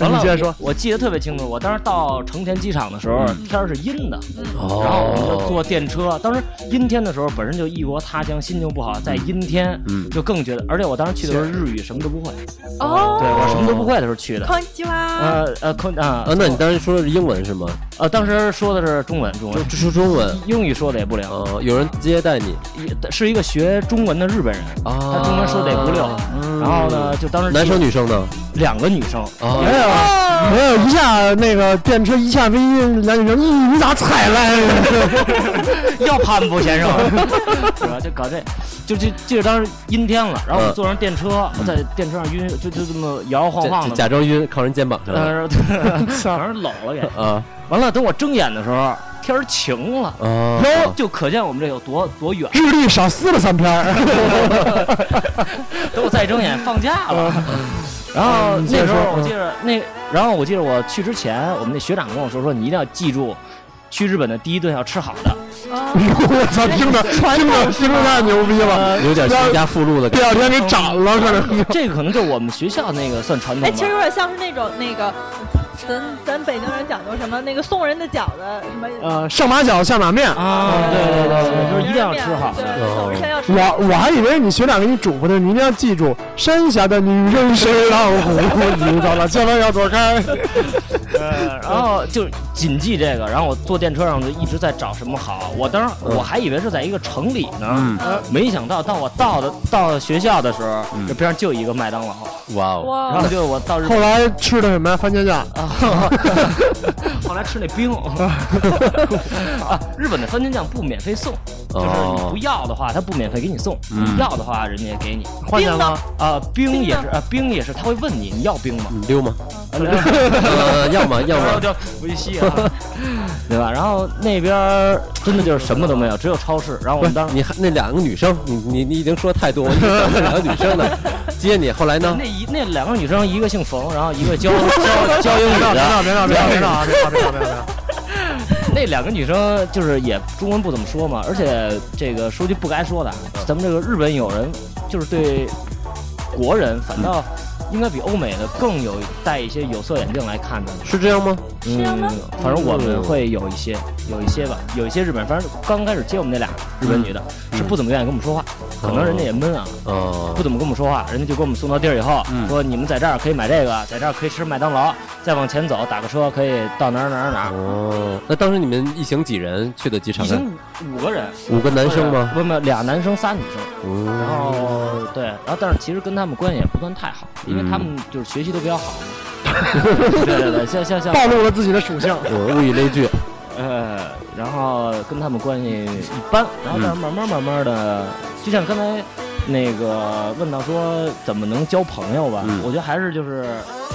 C: 完 <laughs> 了，
D: 你接着说
C: 我，我记得特别清楚，我当时到成田机场的时候，天儿是阴的，然后我们
A: 哦
C: 就坐电车。当时阴天的时候，本身就异国他乡，心情不好，在阴天
A: 嗯
C: 就更觉得。而且我当时去的时候，日语什么都不会，
B: 哦，
C: 对我什么都不会的时候去的。
B: 康吉哇，
C: 呃呃昆啊
A: 啊，那你当时说的是英文是吗？
C: 呃当时说的是中文，中文
A: 就说中文。
C: 英语说的也不良，
A: 啊，有人接待你
C: 也是一个学中文的日本人，
A: 啊，
C: 他中文说的也不溜。嗯然后哦呢，就当时
A: 嗯男生女生呢？
C: 两个女生，
A: 啊，
D: 没有，没有，一下那个电车一下飞机，两女生，咦，你咋踩了？
A: <laughs>
C: 要攀不先生， <laughs> 是吧？就搞这，就就记得当时阴天了，然后
A: 嗯
C: 我坐上电车，我在电车上晕，就就这么摇摇晃
A: 假
C: 晃
A: 假
C: 的。
A: 假装晕，靠人肩膀上了
C: 呃，
A: <laughs>
C: 反正冷了给。
A: 啊
C: 完了，等我睁眼的时候，天儿晴了，
A: 啊，
C: 然后就可见我们这有多多远。
D: 智利少撕了三篇儿，
C: <laughs> 等我再睁眼，放假了。然后
D: 嗯你接
C: 哦那
D: 着
C: 时
D: 说
C: 候我记着那，然后我记着我去之前，我们那学长跟我说说，你一定要记住，去日本的第一顿要吃好的。
D: <laughs> 我操，听着听着听着太牛逼了，
A: 有点全家附录的
D: 第
A: 感觉。
D: 二天给斩了，可能。
C: 这个可能就是我们学校那个算传统
B: 哎，其实
C: 吧。
B: 有点像是那种那个，咱咱北京人讲究什么那个送人的饺子什么，
D: 呃，上马饺下马面。
C: 啊，对对对对，就是一定要吃好
B: 对
C: 的。，
B: 走之前要吃。
D: 我我还以为你学长给你嘱咐的，你一定要记住，山下的女人谁让虎，你知道吧？千万要躲开。
C: 呃然后就是谨记这个，然后我坐电车上就一直在找什么好。我当时我还以为是在一个城里呢，呃没想到到我到的到学校的时候，这边上就一个麦当劳。
A: 哇哦，
C: 然
B: 哇
C: 后，就我到日本
D: 后来吃的什么呀？番茄酱。
C: 啊， <laughs> 后来吃那冰 <laughs> 啊，日本的番茄酱不免费送，就是你
A: 哦，
C: 不要的话，他不免费给你送；要的话，人家也给你。
D: 换下吗？
C: 啊，冰
B: 冰
C: 也
B: 呢
C: 是啊，冰也是，他会问你你要冰吗？ <laughs>
A: 你溜吗？
C: 然
A: 呃，要么要
C: 后 <laughs>
A: 么，
C: 就微信 <laughs> 啊，对吧？然后那边儿真的就是什么都没有，只有超市。然后我们当时
A: 你还那两个女生，你你你已经说太多，了，你 <laughs> 说两个女生呢，接你，后来
C: <laughs>
A: 呢
C: 那？一那两个女生，一个姓冯，然后一个 <laughs> 教教教英
D: 别
C: 语
D: 闹，别
C: 的，
D: 闹，别闹，别闹，别闹啊！别闹，别闹，别闹！
C: 那两个女生就是也中文不怎么说嘛，而且这个说句不该说的啊，
A: 嗯
C: 咱们这个日本友人就是对国人反倒应该比欧美的更有戴一些有色眼镜来看的。
A: 是这样吗？
B: 这样
C: 嗯
B: 吗，
C: 反正我们会有一些，
A: 嗯
C: 有一些吧，有一些日本，反正刚开始接我们那俩日本女的是不怎么愿意跟我们说话，可能人家也闷啊，
A: 嗯哦嗯
C: 不，怎么跟我们说话，人家就给我们送到地儿以后，说你们在这儿可以买这个，在这儿可以吃麦当劳，再往前走打个车可以到哪儿哪儿哪儿。
A: 哦，那当时你们一行几人去的机场
C: 已
A: 呢？
C: 经五五个人，
A: 五个男生吗？
C: 不不，俩男生仨女生。
A: 嗯，
C: 然后对，然后但是其实跟他们关系也不算太好，因为他
A: 嗯
C: 们就是学习都比
A: <laughs>
C: 较好嘛。对对对，像像像
D: 暴露了自己的属性。
A: 嗯物以类聚，
C: 呃，然后跟他们关系一般，然后但是慢慢慢慢的，就像刚才那个问到说怎么能交朋友吧，
A: 嗯
C: 我觉得还是就是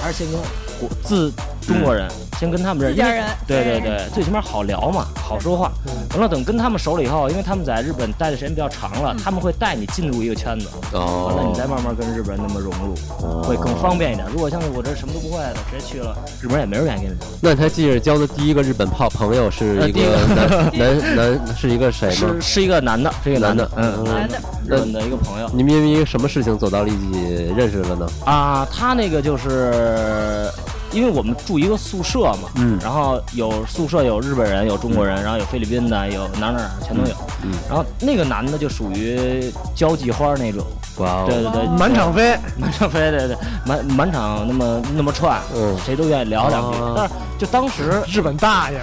C: 还是先跟国自中国人、先跟他们认
B: 自
C: 识，
B: 家
C: 因为
B: 人，
C: 对对对，最起码好聊嘛，好说话。完了，等跟他们熟了以后，因为他们在日本待的时间比较长了，
B: 嗯
C: 他们会带你进入一个圈子，完了
A: 哦
C: 你，再慢慢跟日本人那么融入，会更方便一点。如果像我这什么都不会的，直接去了，日本人也没人愿意跟你聊。
A: 那你还记着交的第一个日本泡朋友是一
C: 呃第一
A: 个
C: 个
A: 男 <laughs> 男男是一个谁吗
C: 哎是？是一个男的，是一个男的，
A: 男的
C: 嗯，
A: 嗯
B: 男的
C: 日本的一个朋友
A: 你们因为什么事情走到了一起认识了呢？
C: 啊，他那个就是。因为我们住一个宿舍嘛，
A: 嗯
C: 然后有宿舍有日本人，有中国人，然后有菲律宾的，有哪儿哪儿哪儿全都有。
A: 嗯嗯
C: 然后那个男的就属于交际花那种，
A: 哇
C: 对
A: 哦，
C: 对对，
D: 满场飞，
C: <laughs> 满场飞，对对，满满场那么那么串，
A: 嗯
C: 谁都愿意聊两句
A: 啊。
C: 但是就当时
D: 日本大爷。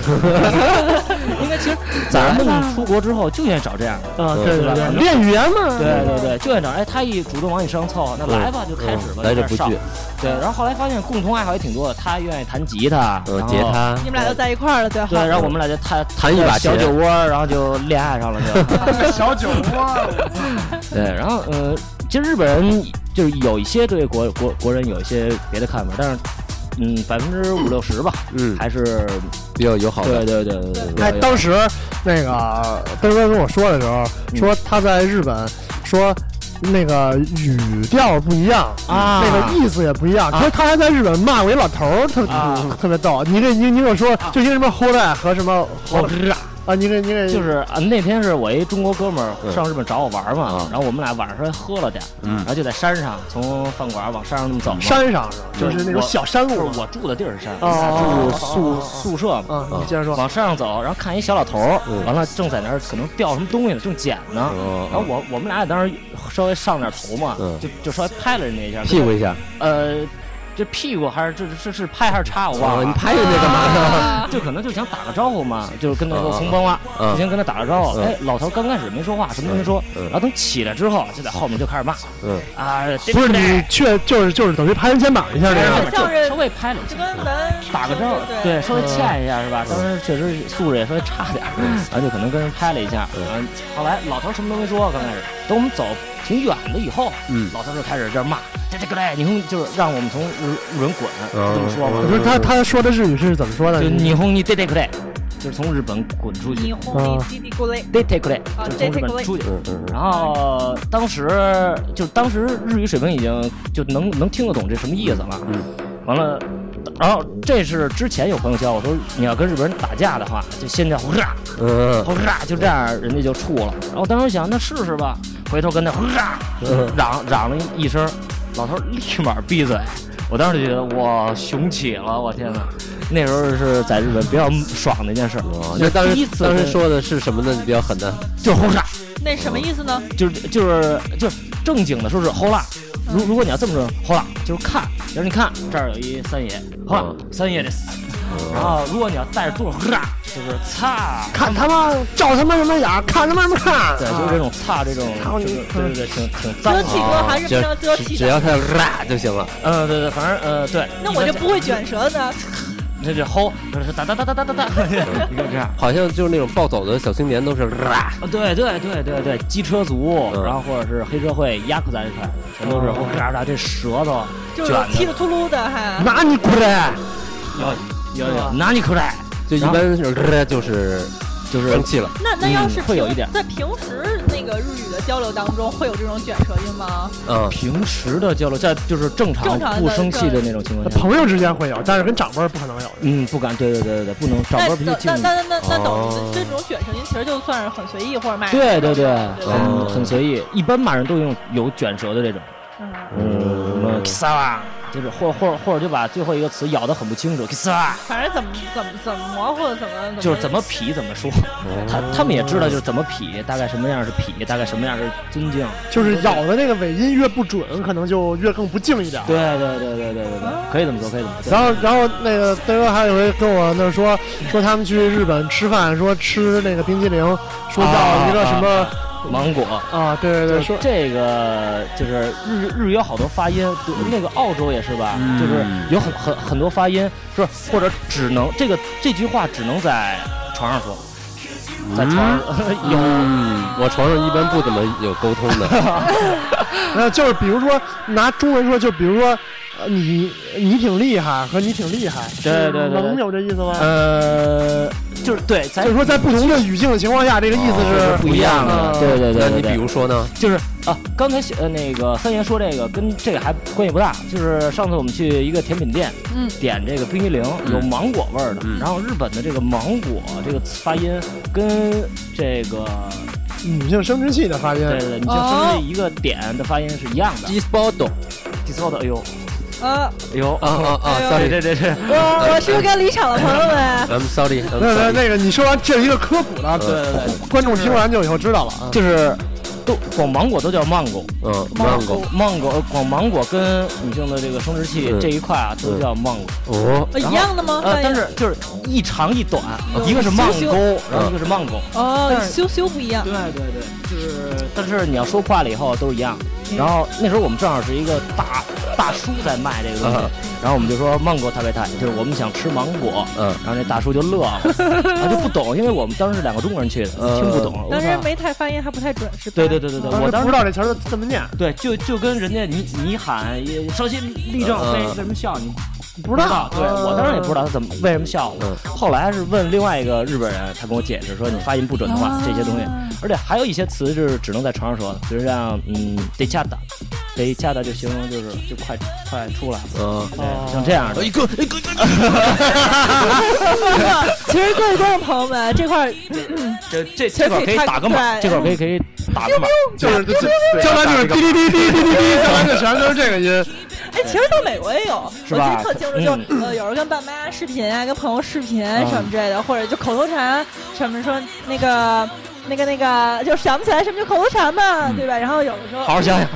C: 应该其实咱们出国之后就愿意找这样的，
D: 啊，
A: 对
D: 对
C: 对
D: 对
C: 对
D: 对，练语言嘛。
C: 对对对，就愿意找。哎，他一主动往你身上凑，那来吧，就开始吧，
A: 嗯来
C: 就
A: 者
C: 开
A: 不
C: 始上
A: 拒。，
C: 对，然后后来发现共同爱好也挺多的，他愿意弹吉他，
A: 嗯，
C: 然后
A: 吉。他
B: 你们俩就在一块儿了，最后
C: 对，然后我们俩就
A: <laughs>
C: 弹弹
A: 一把
C: 小
A: 琴
C: 酒窝，然后就恋爱上了，就。
D: <laughs>
E: 小酒窝，
C: <laughs> 对，然后呃，其实日本人就是有一些对国国国人有一些别的看法，但是嗯，百分之五六十吧，
A: 嗯
C: 还是
A: 比较友好的，
C: 对对对对对。
D: 哎，
C: 对
D: 当时那个奔哥跟我说的时候，
C: 嗯
D: 说他在日本，说那个语调不一样
C: 啊
D: 那个意思也不一样。他他还在日本骂过一老头儿，特
C: 啊
D: 特别逗。你这你你给我说，就因为什么后代和什么后啊，你给你给
C: 就是啊，那天是我一中国哥们儿
A: 嗯
C: 上日本找我玩儿嘛
A: 啊，
C: 然后我们俩晚上稍微喝了点儿，
A: 嗯
C: 然后就在山上从饭馆往山上那么走嘛。
D: 山上是吧
C: 对
D: 就是那种小山
C: 就
D: 路
C: 是我住的地儿是山，
D: 哦
C: 住宿宿舍嘛。
D: 啊，你接着说。
C: 往山上走，然后看一小老头儿
A: 嗯，
C: 完了正在那儿可能掉什么东西呢，正捡呢。
A: 哦
C: 然后我我们俩也当时稍微上点头嘛
A: 嗯，
C: 就就稍微拍了人家一下，
A: 屁股一下，
C: 呃，这屁股还是这这是拍还是叉，我忘
A: 哦哇，你
C: 了。
A: 拍人家干嘛 <laughs> 呀？
C: 就可能就想打个招呼嘛，就是跟他说
A: 嗯嗯
C: 红帮啊，
A: 嗯
C: 就先跟他打个招呼。
A: 嗯
C: 哎，老头刚开始没说话，什么都没说，
A: 嗯嗯
C: 然后等起来之后，就在后面就开始骂
A: 嗯，
C: 啊，
D: 不是你
C: 对
D: 确就是就是等于拍人肩膀一下这
C: 后
D: 样
C: 面，
B: 像是
C: 就稍微拍了一
B: 就
C: 下，
B: 跟咱
C: 打个招呼，
B: 对
C: 对，稍微欠一下是吧？当时确实素质也稍微差点儿， <laughs> 然后就可能跟人拍了一下，然后后来老头什么都没说，刚开始，等我们走挺远的以后，
A: 嗯
C: 老头就开始这儿骂，这这个嘞，你红就是让我们从日日本滚，
A: 嗯
C: 就这么说
A: 嗯
D: 我
C: 嘛，
D: 说他他说的日语是怎么说的？
C: 就你红你得得个嘞，就是从日本滚出去
B: 霓，虹滴滴咕嘞，
C: 得得个嘞，
B: 啊
C: 就是从
B: 得
C: 日
B: 得个嘞
C: 本出去。
A: 嗯嗯嗯
C: 然后当时就当时日语水平已经就能能听得懂这什么意思了。
A: 嗯，
C: 完了，然后这是之前有朋友教我说，你要跟日本人打架的话，就先叫哈
A: 嗯，
C: 哈，就这样人家就怵了。然后当时想那试试吧，回头跟他哈嚷嚷了一声，老头立马闭嘴。我当时就觉得哇，雄起了，我天哪！那时候是在日本比较爽的一件事
A: 哦，那当
C: 第一
A: 时
C: 次
A: 当时
C: 跟
A: 说的是什么呢？你比较狠的，
C: 就是轰炸，
B: 那什么意思呢？
C: 就是就是就是正经的说是 hold 啦。如如果你要这么说 hold 啦，就是看，就是你看这儿有一三爷，hold 啦
A: 嗯
C: 三爷这，然后如果你要带着做 hold 啦，就是擦，
D: 看他妈照他妈什么眼儿，看他妈什么看？
C: 对，就是这种擦这种，就是
B: 嗯
C: 对对对，挺挺脏
B: 遮
C: 的
B: 体。格还是非常遮
A: 哦只
B: 体
A: 只
B: 的，
A: 要他 <laughs> 啦就行了。
C: 嗯，对对，反正呃对。
B: 那我就不会卷舌呢。
C: 这这 hold，就是哒哒哒哒哒哒哒， <laughs> 你看这样。
A: 好像就是那种暴走的小青年都是 <laughs> 啦，
C: 啊对对对对对，机车族，
A: 嗯
C: 然后或者是黑社会、压克咱这块，全都是我嘎嘎这舌头
B: 就
C: 卷
B: 是踢
C: 的
B: 了，秃噜的，还
D: 那你过来，
C: 有有有，拿你口袋，
A: 就一般是 <laughs> 啦就是就是生气了。
B: 那那要是
C: 嗯会有一点
B: 平在平时那个日语的交流当中，会有这种卷舌音吗？
A: 嗯，
C: 平时的交流，在就是正常
B: 正常的
C: 不生气的那种情况下，
D: 朋友之间会有，但是跟长辈儿不可能有。
C: 嗯，不敢，对对对对对，不能找
B: 那
C: 波必须
B: 那
C: 敬
B: 那
C: 你，
B: 那那那
A: 哦
B: 等这种卷舌音，其实就算是很随意或者骂人
C: 对对对，
B: 对吧
A: 嗯
C: 很很随意，一般骂人都用有卷舌的这种，
B: 嗯，
C: 嗯，什么 kiss 啊，就是或或或者就把最后一个词咬得很不清楚，kiss 啊，
B: 反正怎么怎么怎么模糊，怎么怎么
C: 就是怎么劈怎么说，他他们也知道就是怎么劈，大概什么样是劈，大概什么样是尊敬，
D: 就是咬的那个尾音越不准，可能就越更不敬一点。
C: 对对对对对对对，可以这么说，可以这么说，
D: 然后，然后那个飞哥还有一回跟我那说说他们去日本吃饭，说吃那个冰激凌，说要一个什
C: 啊
D: 么
C: 芒果。
D: 啊？对对对，说
C: 这个就是日日语有好多发音，对
A: 嗯
C: 那个澳洲也是吧，就是有很很很多发音，是或者只能这个这句话只能在床上说，在床上、 <laughs> 有、
A: 嗯，我床上一般不怎么有沟通 <laughs> 的。
D: 没有，就是比如说拿中文说，就比如说呃你你挺厉害和你挺厉害，
C: 对对对
D: 能有这意思吗？
C: 呃，就是对，咱
D: 就是说在不同的语境的情况下，这个意思
A: 哦
C: 啊
D: 是
A: 不一样
D: 的
C: 对对对对
A: 那
C: 对，
A: 你比如说呢？
C: 就是啊，刚才呃那个三爷说这个跟这个还关系不大，就是上次我们去一个甜品店，
B: 嗯
C: 点这个冰激凌有芒果味儿的，
A: 嗯
C: 然后日本的这个芒果这个发音跟这个
D: 女性生殖器的发音。
C: 对对，你像
B: 哦
C: 说这一个点的发音是一样的。
A: 鸡包懂
C: 第四的，哎呦
B: 啊？
C: 哎呦
A: 啊啊啊
B: 哎呦
A: ！Sorry，
C: 对对对，
B: 我我是不是该离场了，朋友
C: 嗯
B: 们？啊
A: 咱们 Sorry，咱 <laughs>
D: 那
A: 们
D: 那
A: Sorry。
D: 那个，你说完这是一个科普了，
A: 对
C: 对对
D: 观众听完就以后知道了啊。
C: 就是都管芒果都叫 mango，
A: 嗯，芒果。
C: 芒果管芒果跟女性的这个生殖器
A: 嗯
C: 这一块啊都
A: 嗯
C: 叫 mango。
A: 哦，
B: 一样的吗？
C: 呃，但
B: 翻译
C: 是就是一长一短，
B: 嗯
C: 一个是
B: 羞
C: 慢
B: 羞
C: 勾，然后一个是慢勾。
B: 哦
C: 但，是
B: 羞羞不一样
C: 对。对对，就是，但是你要说话了以后都一样。
B: 嗯
C: 然后那时候我们正好是一个大大叔在卖这个东西
A: 啊，
C: 然后我们就说芒果特别泰，就是我们想吃芒果。
A: 嗯，
C: 然后那大叔就
B: <laughs>
C: 乐了，他就不懂，因为我们当时是两个中国人去的，
A: 呃
C: 听不懂。
B: 当时
C: 我说
B: 没太发音还不太准，是吧？
C: 对对对对
B: <laughs>
C: 对，
D: 当
C: 我
D: 时
C: 当
D: 不
C: 时
D: 知道这词儿怎么念，
C: 对，就就跟人家你你喊也稍息立正，
A: 嗯
C: 为
A: 嗯
C: 为什么笑你？你
D: 不知道
C: 对我当时也不知道他怎么为什么笑
A: 嗯
C: 我。后来是问另外一个日本人，他跟我解释说，你发音不准的话
B: 啊，
C: 这些东西，而且还有一些词就是只能在床上说的，比如像嗯得恰达，得恰达就形容就是就快快出来了，
A: 嗯，
C: 对，像这样的。哎
A: 个一个，
B: 其实各位观众朋友们，这块儿
C: 这这这块儿可以打个码，
B: 对
C: 这块儿可以可以打个码。
D: 就是这这将来就是滴滴滴滴滴滴滴，将来就全都是这个音。
B: 哎，其实到美国也有，我记
C: 是吧
B: 得特清楚，就是呃，有人跟爸妈视频啊，跟朋友视频
C: 嗯
B: 什么之类的，或者就口头禅，啊什么说那个。那个那个，就想不 <laughs>
C: 嗯
B: 起来什么就口头禅嘛，对吧？然后有的时候，
C: 好好想想，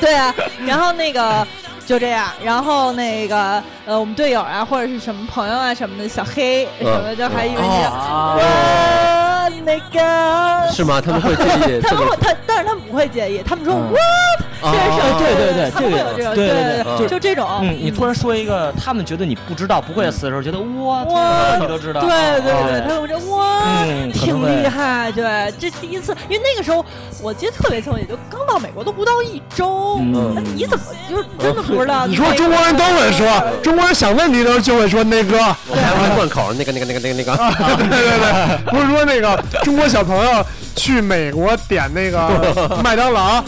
B: 对啊，然后那个就这样。然后那个呃，我们队友啊，或者是什么朋友啊什么的，小黑什么
C: 嗯
B: 的，就还
C: 哦
B: 以为是
C: 啊
B: 哇那个
A: 是吗？他们会介意
B: 他
A: 这
B: 们
A: 个
B: <laughs> 会，他但是他们不会介意，他们说
C: 嗯
B: what 这是什么？
C: 对对对
B: 他们会有这种，
C: 这
B: 对
C: 个对对
A: 对
B: 对，就这种。
C: 嗯，你突然说一个他们觉得你不知道、不会的词的时候，觉得哇，
B: 哇
C: 天哪你都知道，
B: 对对对，
C: 啊
B: 他跟我说哇
C: 嗯，
B: 挺
C: 可能会
B: 厉害，对，这第一次，因为那个时候我记得特别清楚，也就刚到美国都不到一周，
C: 嗯
B: 那你怎么就是真的不知道？
D: 嗯你说中国人都会
C: 哦
D: 说，中国人想问题的时候就会说那哥。
A: 我还会贯口那个那个那个那个啊那个，
D: 对对对，不是说那个中国小朋友去美国点那
C: <laughs>
D: 个麦当劳，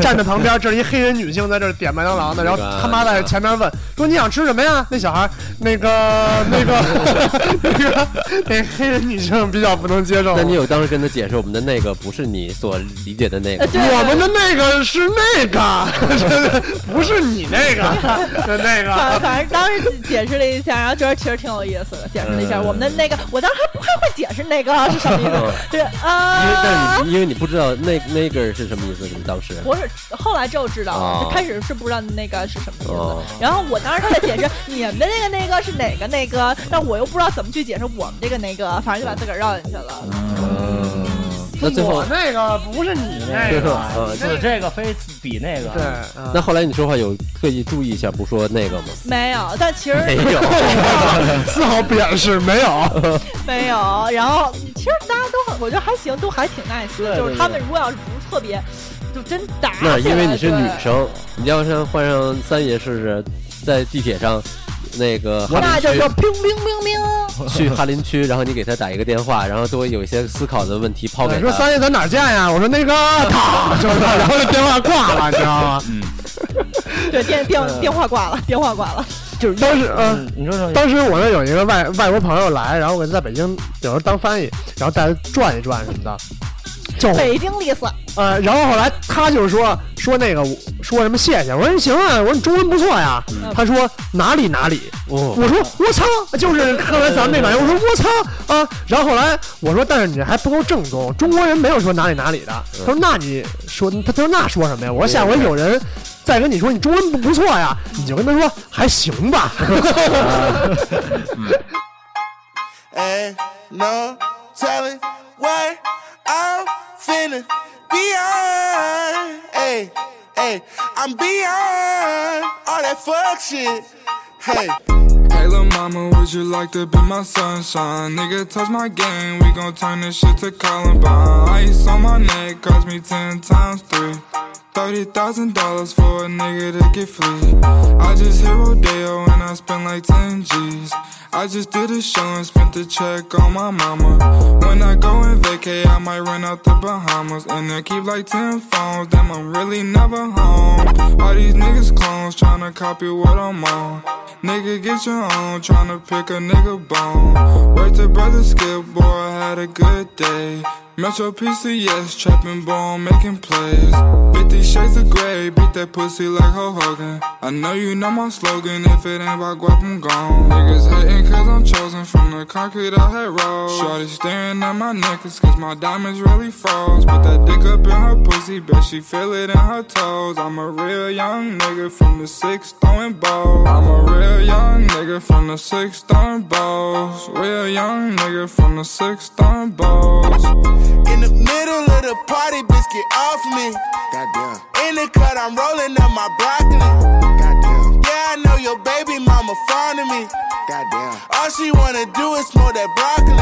D: 站在旁边，这是一黑人女性在这儿点麦当劳呢，然后他妈在前面问说你想吃什么呀？那小孩那个
C: <laughs>
D: 那个那个那黑人女性比较不能接受
A: 那。你有当时跟他解释我们的那个不是你所理解的那
B: 呃
A: 个？
B: 对，
D: 我们
B: 对
D: 的那个是那个，不是你那个，是那
B: 反
D: 个。
B: 反正当时解释了一下，然后觉得其实挺有意思的，解释了一下
A: 嗯
B: 我们的那个，我当时还不太会解释那个是什么意思，对
A: 因为但
B: 啊
A: 是。你因为你不知道那那个是什么意思，你们当时
B: 我是后来之后知道了，
A: 哦
B: 就开始是不知道那个是什么意思
A: 哦。
B: 然后我当时他在解释你们的那个那个是哪个那个，但我又不知道怎么去解释我们这个那个，反正就把自个儿绕进去了。
A: 嗯，那最后
D: 我那个不是你
C: 哎
D: 那个，
A: 呃
C: 就是这个非比那个，啊
D: 对，嗯
A: 那后来你说话有特意注意一下不说那个吗？
B: <laughs> 没有，但其实
A: 没有，
D: 嗯丝毫不掩饰，没有。
B: 没有。然后其实大家都很，我觉得还行，都还挺 nice 的。
C: 对
B: 就是他们如果要是不是特别，就真打起
A: <laughs> 那
B: 来。
A: 是因为你是
B: 对
A: 女，生，你要是换上三爷试试，在地铁上那个哈
B: 那
A: 林
B: 就
A: 区
B: 叫冰冰冰冰。
A: 去哈林区，然后你给他打一个电话，然后多有一些思考的问题抛
D: 我
A: 给
D: 说
A: 他
D: 三。爷咱哪儿见呀？我说那个，啪，就是他，然后就电话挂了，你知道吗？
B: 对，电
A: 嗯
B: 电电话挂了，电话挂了。
D: 就是当时，嗯
C: 嗯，，你说说，
D: 当时我那有一个外外国朋友来，然后我就在北京有时候当翻译，然后带他转一转什么的。就
A: 哦
B: 北京丽思，
D: 呃，然后后来他就说说那个说什么谢谢，我说行啊，我说你中文不错呀。他说哪里哪里，
A: 哦
D: 我说我操，就是看完咱们那版，我说我操啊！然后后来我说，但是你还不够正宗，中国人没有说哪里哪里的。他说那你说，他他说那说什么呀？我说下回有人再跟你说你中文不不错呀，你就跟他说还行吧。
E: Ain't no telling what I'm feeling beyond. Hey, hey, I'm beyond all that fuck shit. Hey.
F: Hey, lil' mama, would you like to be my sunshine? Nigga, touch my game, we gon' turn this shit to Columbine. Ice on my neck, cost me ten times three. Thirty thousand dollars for a nigga to get free. I just hit Rodeo and I spent like ten G's. I just did a show and spent the check on my mama. When I go and vacay, I might run out the Bahamas. And I keep like ten phones, damn, I'm really never home. All these niggas clones tryna copy what I'm on. Nigga, get your own, tryna pick a nigga bone. Worked to brother skip, boy, I had a good day. Metro PCS, trapping bone, making plays. 50 shades of gray, beat that pussy like Ho Hogan. I know you know my slogan, if it ain't about guap, I'm gone. Niggas hating cause I'm chosen from the concrete I had rolled. Shorty staring at my necklace cause my diamonds really froze. Put that dick up in her pussy, bet she feel it in her toes. I'm a real young nigga from the six throwing balls. I'm a real young nigga from the six throwing balls. Real young nigga from the six throwing balls.
E: In the middle of the party, biscuit off me. Goddamn. In the cut, I'm rolling up my broccoli. Goddamn. Yeah, I know your baby mama fond of me. Goddamn. All she wanna do is smoke that broccoli.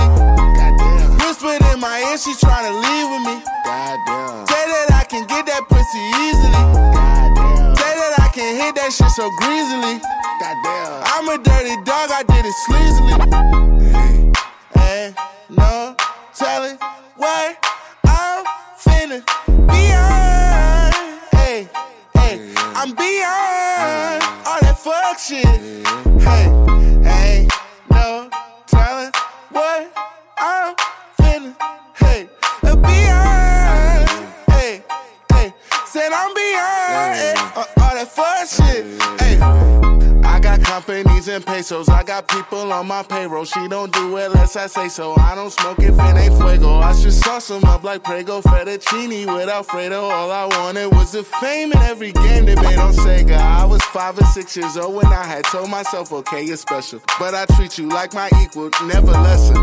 E: Goddamn. Whispered in my ear, she tryna leave with me. Goddamn. Say that I can get that pussy easily. Goddamn. Say that I can hit that shit so greasily. Goddamn. I'm a dirty dog, I did it sleazily. Ain't no telling what I'm feeling beyond. Hey, hey, I'm beyond all that fuck shit. Hey, ain't no telling what I'm feeling. Hey, beyond. Hey, hey, said I'm beyond eh, all all that fuck shit. Hey. I got companies and pesos. I got people on my payroll. She don't do it unless I say so. I don't smoke if it ain't fuego. I should sauce 'em up like Prego fettuccine with Alfredo. All I wanted was the fame in every game they made on Sega. I was five or six years old when I had told myself, okay, you're special. But I treat you like my equal, never lesser.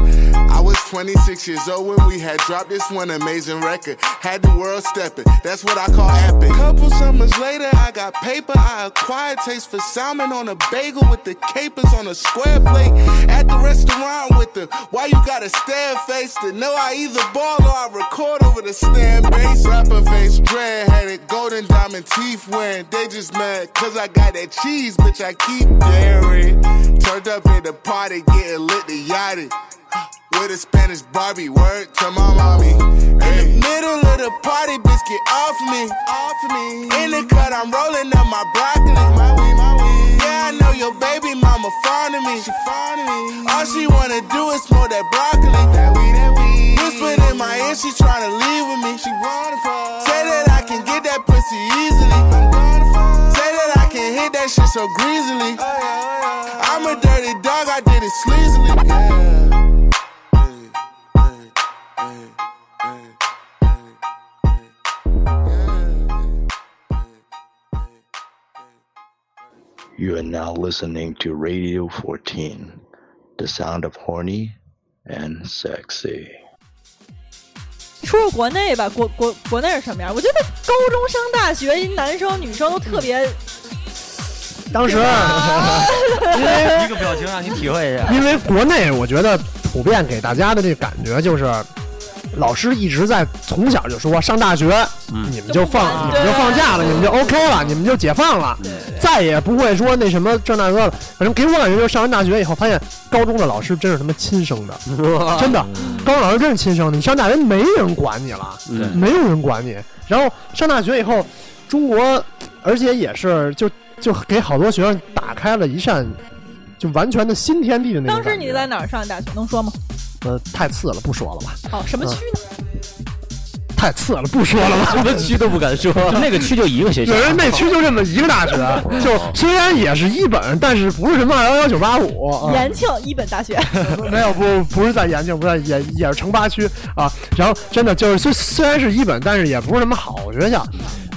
E: I was 26 years old when we had dropped this one amazing record. Had the world stepping, that's what I call epic. Couple summers later, I got paper. I acquired taste for salmon on a bagel with the capers on a square plate. At the restaurant with the why you got a stare face to know I either ball or I record over the stand bass. Rapper face, dread headed, golden diamond teeth wearing. They just mad cause I got that cheese, bitch. I keep daring. Turned up in the party, getting lit and yachted. With a Spanish Barbie, word to my mommy. In the middle of the party, bitch, get off me. Off me. In the cut, I'm rolling up my broccoli. My weed, my weed. Yeah, I know your baby mama fond of me. She fond of me. All she wanna do is smoke that broccoli. That weed, that weed. Whispered in my ear, she tryna leave with me. She wanna fuck. Say that I can get that pussy easily. I'm gonna fuck. Oh, Say that I can hit that shit so greasily. I'm a dirty dog, I did it sleazily. Yeah.
G: You are now listening to Radio 14, the sound of horny and sexy.
B: 说说国内吧，国国国内是什么样？我觉得高中升大学，男生女生都特
D: 嗯
B: 别
D: 当时啊
C: 一个表情让你体会一下。
D: 因为国内，我觉得普遍给大家的这感觉就是，老师一直在从小就说，上大学、你们就
B: 就不管
D: 放你们就
B: 对
D: 放假了，你们就 OK 了，你们就解放了，再也不会说那什么这那个了。反正给我感觉就是上完大学以后，发现高中的老师真是他妈亲生的，真的，高中老师真是亲生的。你上大学没人管你了，没有人管你。然后上大学以后，中国而且也是就就给好多学生打开了一扇。就完全的新天地的那种
B: 当
D: 感觉。
B: 时你在哪儿上大学？能说吗？
D: 呃，太次了，不说了吧。 <laughs>
B: 哦，什么区呢？
D: 太次了，不说了吧。
A: <laughs> 什么区都不敢说。
C: 那个区就一个学校 <laughs>
D: 有，人那区就这么一个
A: <laughs>
D: 大学，
A: 哦
D: 就虽然也是一本，但是不是什么幺幺九八五，啊
B: 延庆一本大学，
D: 没有不不是在延庆，不是在也也是城八区啊。然后真的就是虽虽然是一本，但是也不是什么好学校，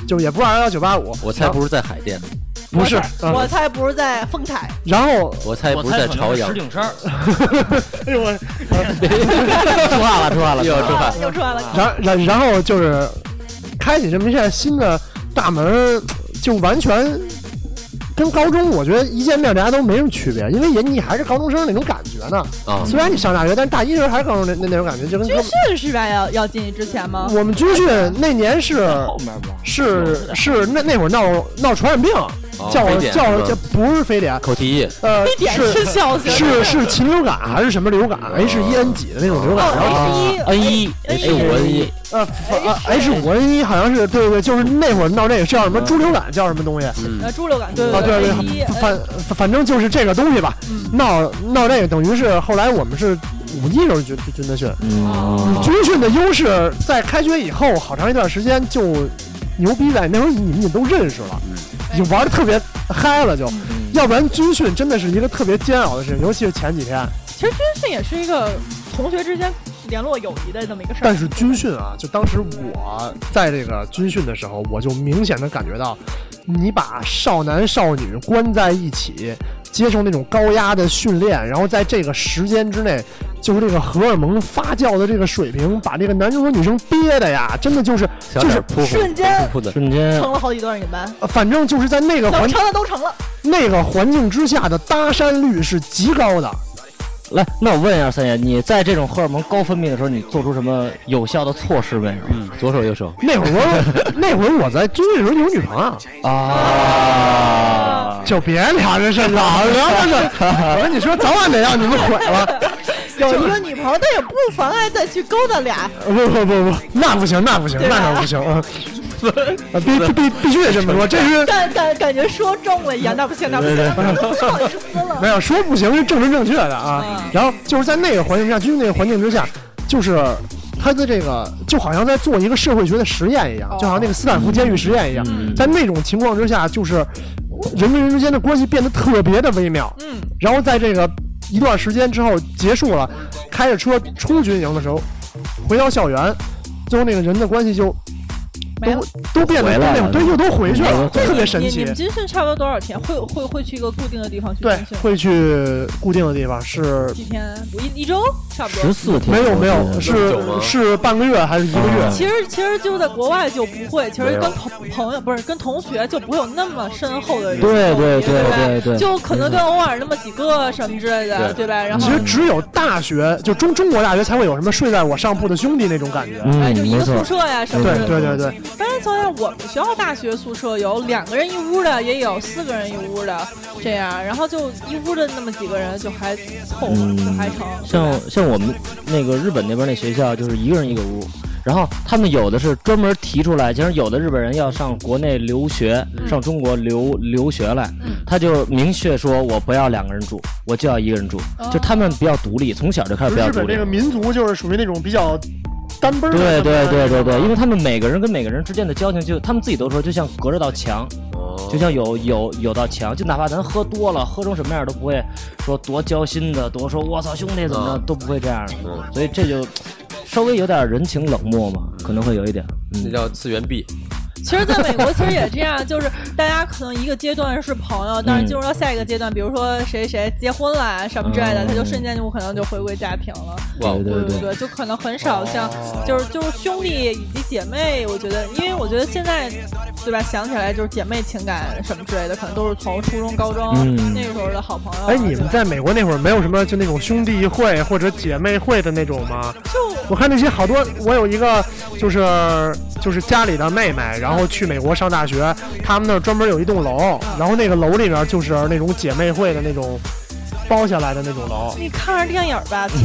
D: 就也不是幺幺九八五。啊
A: 我猜不是在海淀，
D: <laughs> 不是，嗯
B: 我猜不是在丰台，
D: 然后
A: 我猜不是在朝阳
C: 石。
A: <laughs>
C: 景山，
D: 哎呦我，
C: 出话了，出话了，
A: 又要出汗
B: 啊，又出来了。
D: 然然然后就是开启这么一扇新的大门，就完全跟高中我觉得一见面大家都没什么区别，因为也你还是高中生那种感觉呢。
A: 啊！
D: 虽然你上大学，但是大一时候还是高中那那那种感觉，就跟
B: 军训是吧？要要进去之前吗？
D: 我们军训那年是
C: 后面吧。
D: 是是那那会儿闹闹传染病，叫
A: 哦非
D: 我
A: 典
D: 叫
A: 是
D: 我
A: 吧
D: 叫不是非典，
A: 口蹄疫，
D: 呃
B: 非典
D: 是
B: 是小学
D: 是是禽流感还是什么流感？H
A: 哦
D: 一 N 几的那种流感，然后嗯
B: 哦，H 一
C: N
A: 哎，我一
D: 呃，H 五 N 一好像是对对，就是那会儿闹这个叫什么猪流感，叫什么东西啊？
B: 呃猪流感，对
D: 啊对
B: 对
D: 对，
B: H1
D: 反反反正就是这个东西吧，闹闹这个等于是后来我们是五一时候军军的训，军训的优势在开学以后好长一段时间就牛逼在那时候你们也都认识了，就玩的特别嗨了就。要不然军训真的是一个特别煎熬的事情，尤其是前几天。
B: 其实军训也是一个同学之间联络友谊的这么一个事儿
D: 但。是军训啊，就当时我在这个军训的时候，我就明显的感觉到，你把少男少女关在一起，接受那种高压的训练，然后在这个时间之内，就是这个荷尔蒙发酵的这个水平，把这个男生和女生憋的呀，真的就是
A: 小
D: 就
A: 点
D: 是
A: 儿，扑扑
B: 瞬间
A: 扑扑的，
C: 瞬间
B: 成了好几段，你们
D: 呃反正就是在那个
B: 能
D: 环
B: 成的都成了。
D: 那个环境之下的搭讪率是极高的。
C: 来，那我问一下三爷，你在这种荷尔蒙高分泌的时候，你做出什么有效的措施没有？
A: 左手右手，
D: 那会儿我那会儿我在军训的时候有女朋友。
C: 啊，
D: 就别聊这事儿，老聊这事儿。我跟你说，早晚得让你们毁了。
B: <laughs> 有一个女朋友，但也不妨碍再去勾搭俩。
D: 不不不不，那不行，那不行，
B: 对吧
D: 那可不行啊！啊必必必必须得这么说，这是
B: 感感感觉说中了一样，那不行，那不行，那不行，都不好意思了。
D: 没有说不行是政治正确的啊。
B: 嗯
D: 然后就是在那个环境下，军训那个环境之下，就是。他的这个就好像在做
B: 嗯
D: 一个社会学的实验一样，就好像那个斯坦福监狱实验一样，在那种情况之下，就是人跟人之间的关系变得特别的微妙。
B: 嗯，
D: 然后在这个一段时间之后结束了，开着车冲军营的时候，回到校园，最后那个人的关系就
B: 没了
D: <laughs> 都。都变得
C: 回来了
D: 那种对，又都回去了，
B: 那
D: 特
B: 你
D: 别神
B: 你你
D: 奇
B: 们。军训差不多多少天？会会会去一个固定的地方去
D: 对
B: 军，训？
D: 会去固定的地方，是
B: 几天？啊一一周差不
C: 十
B: 多。
C: 四天
D: 没有没
C: 我记
D: 有
A: 这么
C: 得
A: 久吗
D: 是是半个月还是一个月？
C: 哦
B: 其实其实就在国外就不会，其
A: 没
B: 实
A: 有
B: 跟朋朋友不是跟同学就不会有那么深厚的
C: 对
B: 对
C: 对对
B: 吧
C: 对对
B: 就可能跟偶尔那么几个什么之类的，
A: 对
B: 对吧？然后
D: 其实只有大学，就中中国大学才会有什么睡在我上铺的兄弟那种感觉。
B: 哎，
C: 嗯
B: 就，一
C: 没
B: 个宿
C: 错，
B: 舍呀什么
D: 对
B: 之类的。
D: 对对对，
B: 反正从像我们学校大学宿舍有两个人一屋的，也有四个人一屋的，这样，然后就一屋的那么几个人就还凑合，
C: 嗯
B: 就还成。
C: 像像我们那个日本那边那学校，就是一个人一个屋，然后他们有的是专门提出来，其实有的日本人要上国内留学，上中国留留学来，他就明确说我不要两个人住，我就要一个人住，就他们比较独立，从小就开始比
D: 就是
C: 较
D: 日
C: 独
D: 本
C: 立
D: 这。个民族就是属于那种比较单奔儿
C: 对
D: 的
C: 对对对对，因为
D: 为
C: 他们每个人跟每个人之间的交情就，他们自己都说，就像隔着道墙，就像有有有道墙，就哪怕咱喝多了，喝成什么样都不会说多交心的，多说我操兄弟怎么着、
A: 嗯
C: 都不会这样的，
A: 嗯
C: 所以这就稍微有点人情冷漠嘛，可能会有一点。
A: 那
C: 嗯，
A: 叫次元壁，
B: <laughs> 其实，在美国其实也这样，
C: <laughs>
B: 就是大家可能一个阶段是朋友，但是进入到下一个阶段，比如说谁谁结婚啦什么之类的，
C: 嗯
B: 他就瞬间就可能就回归家庭了。
A: 哇，
C: 对对哦
B: 对对，就可能很少像就是就是兄弟以及姐妹，我觉得，因为我觉得现在对吧，想起来就是姐妹情感什么之类的，可能都是从初中、高中、
C: 嗯
B: 那个时候的好朋友。啊
D: 哎，你们
B: 对吧
D: 在美国那会儿没有什么就那种兄弟会或者姐妹会的那种吗？
B: 就
D: 我看那些好多，我有一个就是就是家里的妹妹，然后去美国上大学，他们那儿专门有一栋楼，然后那个楼里边就是那种姐妹会的那种包下来的那种楼，
B: 你看着电影吧，亲。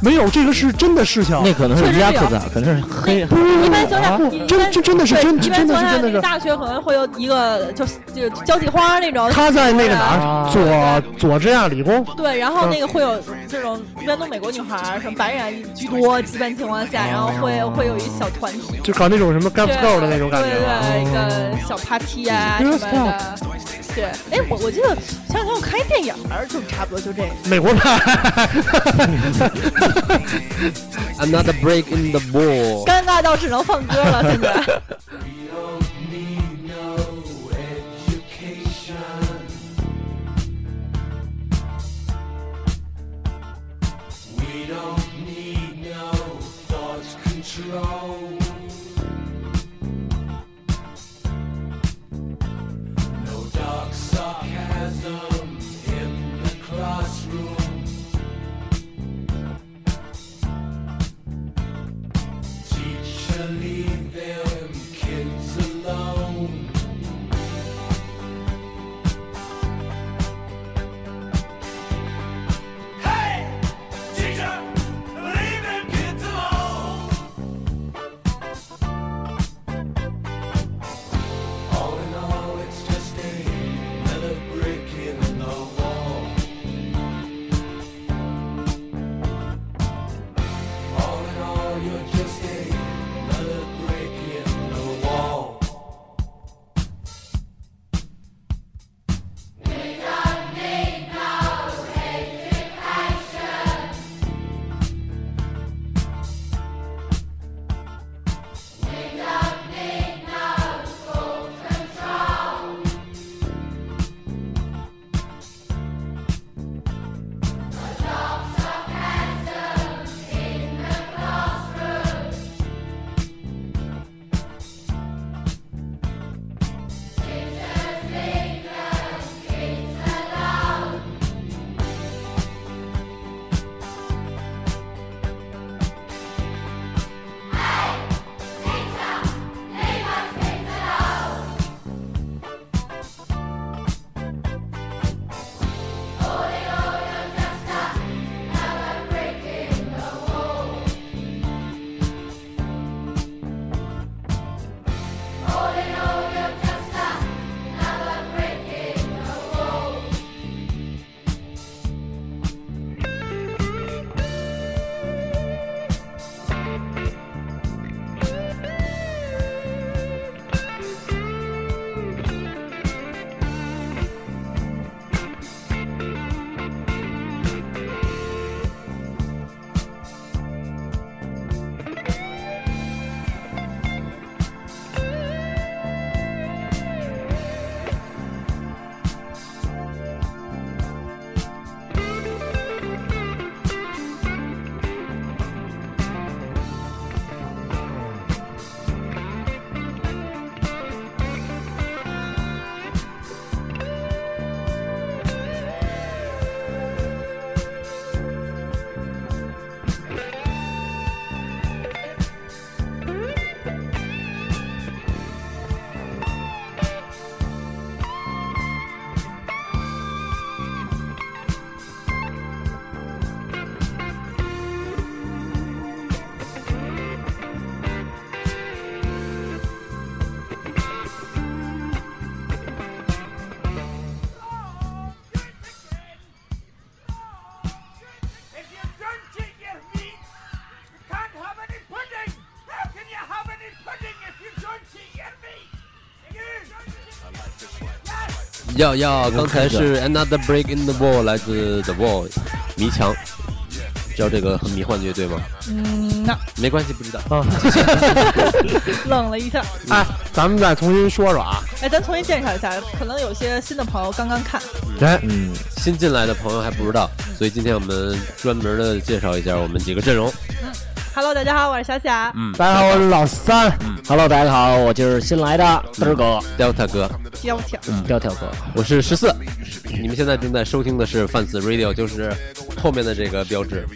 D: 没有这个是真的事情。
C: 那嗯啊可能
B: 确
C: 是
B: 实
C: 压
B: 有
C: 克
D: 啊
C: 萨，可能是黑。
D: 不
B: 一
D: 不
B: 般情况下，
D: 不
B: 一，般
D: 嗯啊真这真的是
B: 对
D: 真
B: 一
D: 真
B: 般情
D: 的
B: 况
D: 是
B: 下
D: 真的是。
B: 大学可能会有一个就是就是交际花那种。
D: 他在那个哪
C: 啊
D: 儿，嗯佐佐治亚理工，
B: 对，然后那个会有这种一般都美国女孩儿什么白人啊居多，一般情况下，然后会会有一小团体。
D: 就搞那种什么 g a p s girl 哦的那种感觉哦嗯
B: 对
D: 吧。
B: 对，一个小 party 啊什么
D: Girls
B: 的。
D: 啊
B: 对，哎，我我记得前两天我看一电影儿，就差不多就这个。
D: 美国派，
A: Another break in the wall。
B: 尴尬到只能放歌了，现在。 <laughs>
H: We don't need no thought control. No dark sarcasm in the classroom. Teacher, leave them kids alone.
A: 要要，刚才是 Another Break in the Wall，来自 The Wall，迷墙，知道这个很迷幻的乐队吗？
B: 嗯，那
A: 没关系，不知
D: <laughs>
A: 道。
D: 啊，
B: 愣了一下。
D: 哎，咱们再重新说说啊，
B: 哎，咱重新介绍一下，可能有些新的朋友刚刚看，
D: 哎，
C: 嗯
A: 新进来的朋友还不知道，所以今天我们专门的介绍一下我们几个阵容。
B: Hello，大家好，我是小霞。
D: 大家好，我是老哦三，
C: Hello，大家好，我就是新来的嘚儿哥，
A: Delta 哥，
B: 窈窕，
D: 嗯
A: 嗯
C: 窈窕哥。
A: 我是十四，你们现在正在收听的是范子 Radio，就是后面的这个标志。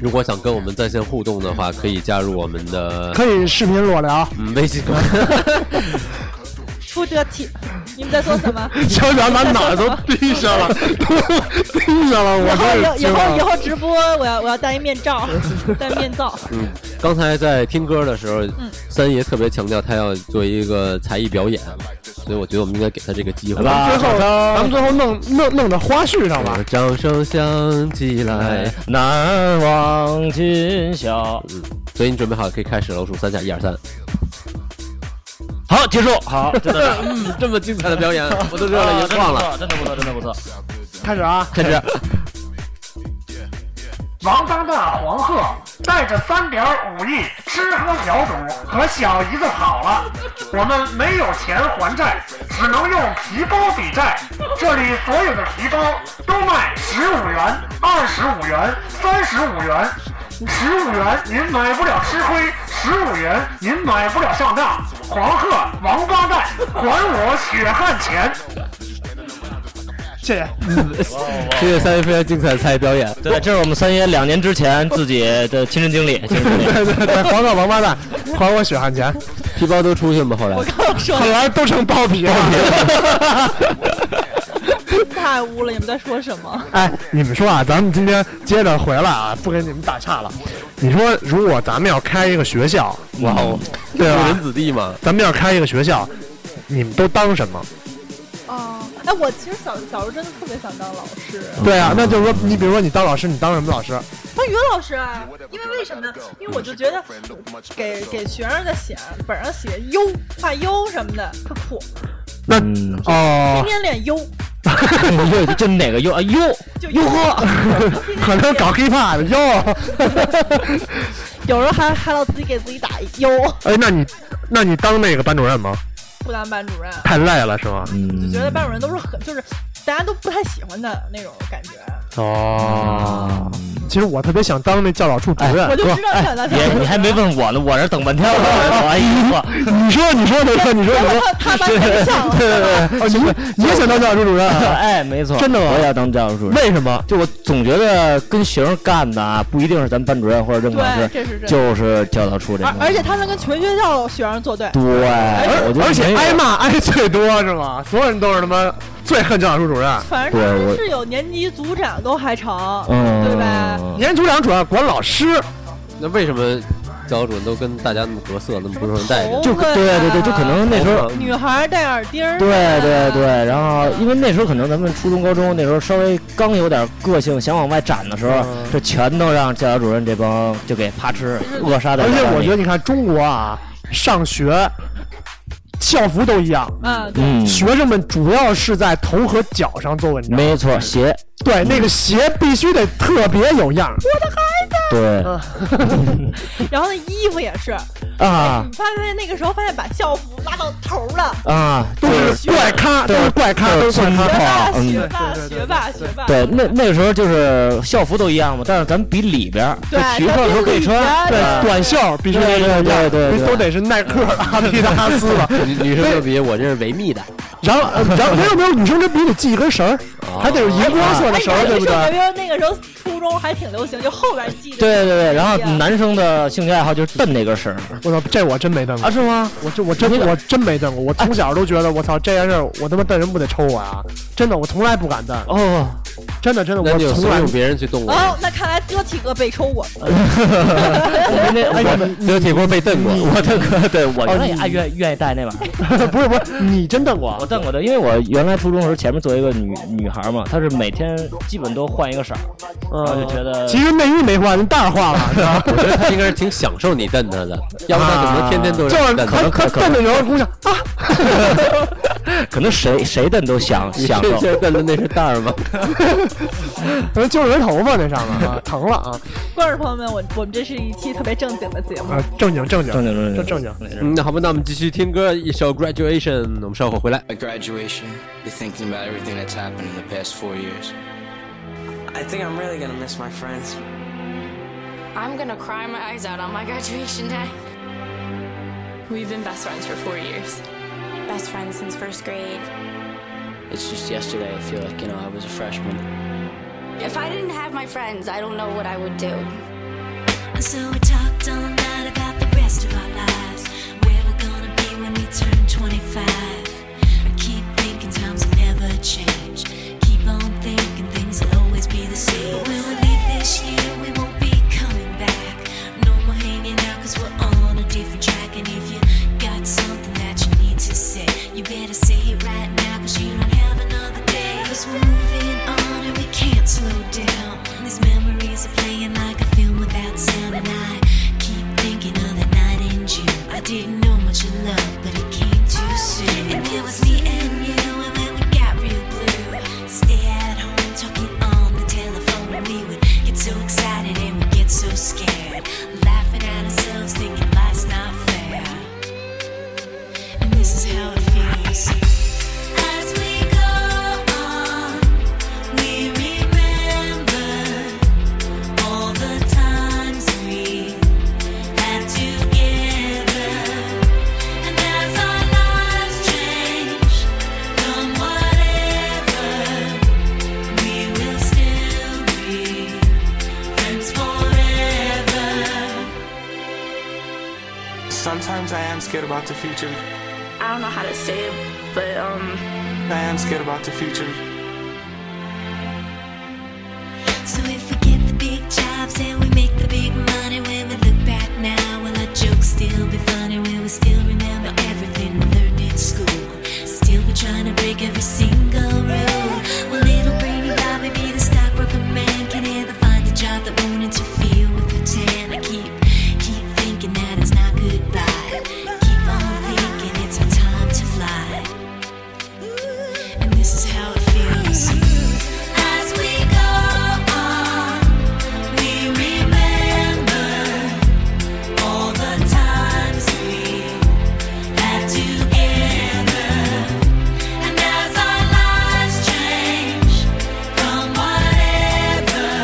A: 如果想跟我们在线互动的话，可以加入我们的
D: 可以视频
C: <laughs>
D: 裸聊，
A: 嗯微信公 <laughs>
B: 出这题，你们在说什么？
D: 小小把脑袋都低下了，都 <laughs> 低下了，
B: 以
D: <laughs> 我
B: 后
D: 这
B: 以后以后直播，我要我要戴一面
D: <laughs>
B: 罩，戴面罩。
A: 嗯，刚才在听歌的时候，
D: 嗯
A: 三爷特别强调他要做一个才艺表演，所以我觉得我们应该给他这个机会。
D: 最后咱们最后弄弄弄到花絮上吧
A: 呃，掌声响起来，
C: 难忘今宵。
A: 所以你准备好可以开始了，我数三下，一二三。
C: 好，结束。好，真的啊
A: 嗯，这么精彩的表 <laughs> 演，我 <laughs> 都热泪盈眶了。
C: 了，真的不错，真的不错。
D: 开始啊。
A: 开始，
I: 王八蛋黄鹤带着三点五亿吃喝嫖赌和小姨子跑了。我们没有钱还债，只能用皮包抵债。这里所有的皮包都卖十五元、二十五元、三十五元。十五元您买不了吃亏，十五元您买不了上当。黄鹤，王八蛋，还我血汗钱！
D: 谢谢。
A: 谢谢三爷非常精彩的才艺表演。
C: 对，这是我们三爷两年之前自己的亲身经历。亲
A: <laughs>
C: 身经历
D: <laughs> 对对对，黄鹤王八蛋， <laughs> 还我血汗钱，
A: 皮包都出去了吗？后来
B: 我刚刚说
D: <laughs> 后来都成包皮了。
B: 太污了，你们在说什么？
D: <laughs> 哎，你们说啊，咱们今天接着回来啊，不给你们打岔了。你说，如果咱们要开一个学校，哇哦，对
A: 误
D: 吧
A: 人？子弟嘛，
D: 咱们要开一个学校，你们都当什么？
B: 哦，哎，我其实小小时候真的特别想当老师，
D: 对啊，那就是说，你比如说你当老师，你当什么老师？
B: 当语文老师啊，因为为什么呢？因为我就觉得给给学生在写本上写优画优什么的特酷，
D: 啊那
B: 天
C: 嗯
D: 哦，
B: 天练优，
C: 哟，这哪个哟啊哟
B: 就
D: 哟呵， <laughs> 可能搞 hiphop 的哟。
B: 有时候还还老自己给自己打优，
D: 哎，那你，那你当那个班主任吗？
B: 不当班主任，啊
D: 太累了是吗？
C: 嗯
B: 就觉得班主任都是很就是大家都不太喜欢的那种感觉，
C: 啊
D: 哦，其实我特别想当那教导处主
C: 嗯
D: 任。
B: 我就知道你想当教
C: 别，你还没问我呢，哎 <laughs> 我这等半天了。哎呦，
D: <laughs> 你说，你说，你说，你说，你说，
B: 他把你给呛
D: 对
B: 了，
D: 对对，哦，你你也想当教导处主
C: <laughs>
D: 任
C: <laughs>
D: 啊？
C: 哎，没错，
D: 真的吗
C: 我也要当教务主任。
D: 为什么？
C: 就我总觉得跟学生干的啊，不一定是咱班主任或者任课老
B: 对，
C: 师，
B: 这是这，
C: 就是教导处这
B: 而
C: 块。
B: 而且他能跟全学校学生作对，
C: 对，我觉得
D: 而且
C: 没有
D: 挨骂挨最多是吗？所有人都是他妈最恨教导处主任。
B: 反正他们是有年级组长都还成，
C: 嗯，
B: 对吧？
D: 年组长主要管老师，
A: 那为什么教导主任都跟大家那么隔色，那么不受
B: 嗯
A: 人待见？
C: 就
B: 头发
C: 对对对，就可能那时候。
A: 头发
B: 啊女孩戴耳钉儿，
C: 对对对，然后因为那时候可能咱们初中、高中那时候稍微刚有点个性，想往外展的时候，这全都让教导主任这帮嗯就给啪吃扼杀在
D: 而
C: 教
D: 且
C: 室里。
D: 我觉得你看中国啊，上学校服都一样，
B: 嗯，对，
C: 嗯，
D: 学生们主要是在头和脚上做文章。
C: 没错，鞋
D: 对，那个鞋必须得特别有样儿
C: 对，
B: 然后那衣服也是，
D: 啊
B: 你发现那个时候发现把校服拉到头儿了，
C: 啊，
D: 都
C: 对
D: 是怪咖，都
C: 对
D: 是怪咖，都是怪
C: 对
B: 学。霸
D: 咖
B: 学
C: 嗯
B: 霸学霸学霸，
C: 对，那那个时候就是校服都一样嘛，但是咱们比里边儿，就
B: 对
C: 体育课的时候可以穿，
B: 咱比里边儿
C: 对
D: 短袖必须得有样儿
C: 对对对对对
D: 都得是耐 <laughs> 克、阿迪达斯
A: <laughs>
D: 的。
A: 女女生特别，我这是维密的，
D: 然后，呃然后没有没有，女生这必须得系一根绳儿，
C: 哦
D: 还得有荧光色
B: 哎，
D: 的
B: 你
D: 绳
B: 说
D: 儿，对不
B: 你说有
D: 对？
B: 没有那个时候初中还挺流行，就后边系的，
C: 对对对，然后
B: 对呀
C: 男生的兴趣爱好就是蹬那根绳儿
D: <laughs> 我操，这我真没蹬过
C: 啊，。是吗？
D: 我这我真我真没蹬过，我从小都觉得我操这件事儿，我他妈蹬人不得抽我呀！真的，我从来不敢蹬，
C: <laughs> 哦，
D: 真的真的，
A: 那
D: 我
A: 你有
D: 从
A: 怂
D: 来
A: 恿别人去动过吗？
B: 哦，那看来德体哥被嗯抽过，
C: 那我
A: 没有铁锅被蹬过，
C: 我这个对我
D: 哎哦
C: 原来也
D: 你 <laughs>
C: 爱愿愿意带那玩意儿，
D: 不是不是，你真蹬过？我
C: 哦但我的，因为我原来初中的时候前面坐一个女女孩嘛，她是每天基本都换一个色儿，然
A: 嗯
C: 后就觉得
D: 其实内衣没换，蛋化了，你 <laughs> 知道吗？
A: 我觉得他应该是挺享受你瞪他的，要不他怎么能天天都
D: 就是
A: 让你瞪
D: 是可
A: 他？
D: 可瞪着有人姑娘啊，
C: <laughs> 可能谁谁的都想
A: 你
C: 享
A: 确
C: 受。
A: 实瞪的那是蛋儿吗？
D: 呃揪着人头发那上面 <laughs> 啊，疼了啊！
B: 观众朋友们，我我们这是一期特别正经的节目。
D: 啊，正经正经
C: 正经正
D: 这
C: 经
D: 正经。
A: <laughs> 嗯，那好吧，那我们继续听歌，一首《Graduation》，我们稍后回来。
J: At graduation, be thinking about everything that's happened in the past four years.
H: I think I'm really gonna miss my friends.
K: I'm gonna cry my eyes out on my graduation day. We've been best friends for four years. Best friends since first grade.
J: It's just yesterday, I feel like, you know, I was a freshman.
K: If I didn't have my friends, I don't know what I would do.
L: So we talked all night about the rest of our lives. Where we're gonna be when we turn 25. I keep thinking times will never change. Keep on thinking things will always be the same. But when we leave this year, we won't be coming back. No more hanging out, cause we're on a different track. And if you got something that you need to say, you better say it right now, cause you don't have another day. Cause we're moving on and we can't slow down. These memories are playing like a film without sound, and I keep thinking of the night in June. I didn't know much of love, but it came too soon. And it was me and you, and then we got real blue. Stay at home talking on the telephone, and we would get so excited and we get so scared, laughing at ourselves, thinking life's not fair. And this is how it feels. As we go on, we remember all the times we had together, and as our lives change from whatever, we will still be friends forever.
E: Sometimes I am scared about the future.
K: I don't know how to say it, but um,
E: I am scared about the future.
L: So if we get the big jobs and we make the big money, when we look back now, will our jokes still be funny? Will we still remember everything we learned in school? Still be trying to break every single rule. Will little brainy Bobby be the stockbroker man? Can ever find a job that won't interfere with your tan? I keep, keep thinking that it's not goodbye. Keep on thinking it's our time to fly. And this is how it feels. As we go on, Uh-uh. we remember all the times we had together. And as our lives change from whatever,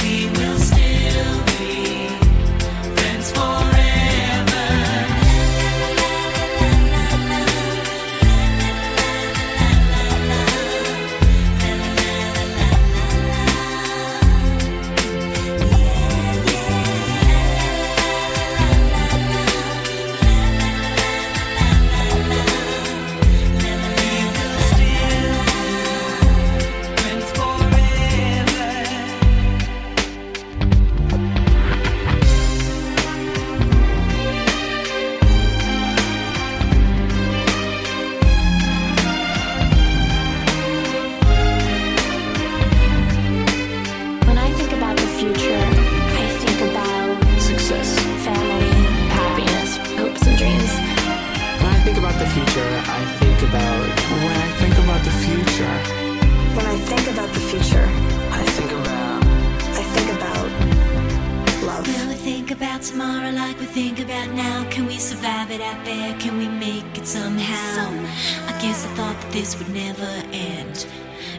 L: we will still be friends forever.
K: when I think about the future, I think about
J: Success.
K: family, happiness, hopes and dreams.
H: When I think about the future, I think about. When I think about the future,
K: When I think about the future,
H: I think about.
K: I think about love.
L: Will we think about tomorrow like we think about now? Can we survive it out there? Can we make it somehow? I guess I thought that this would never end.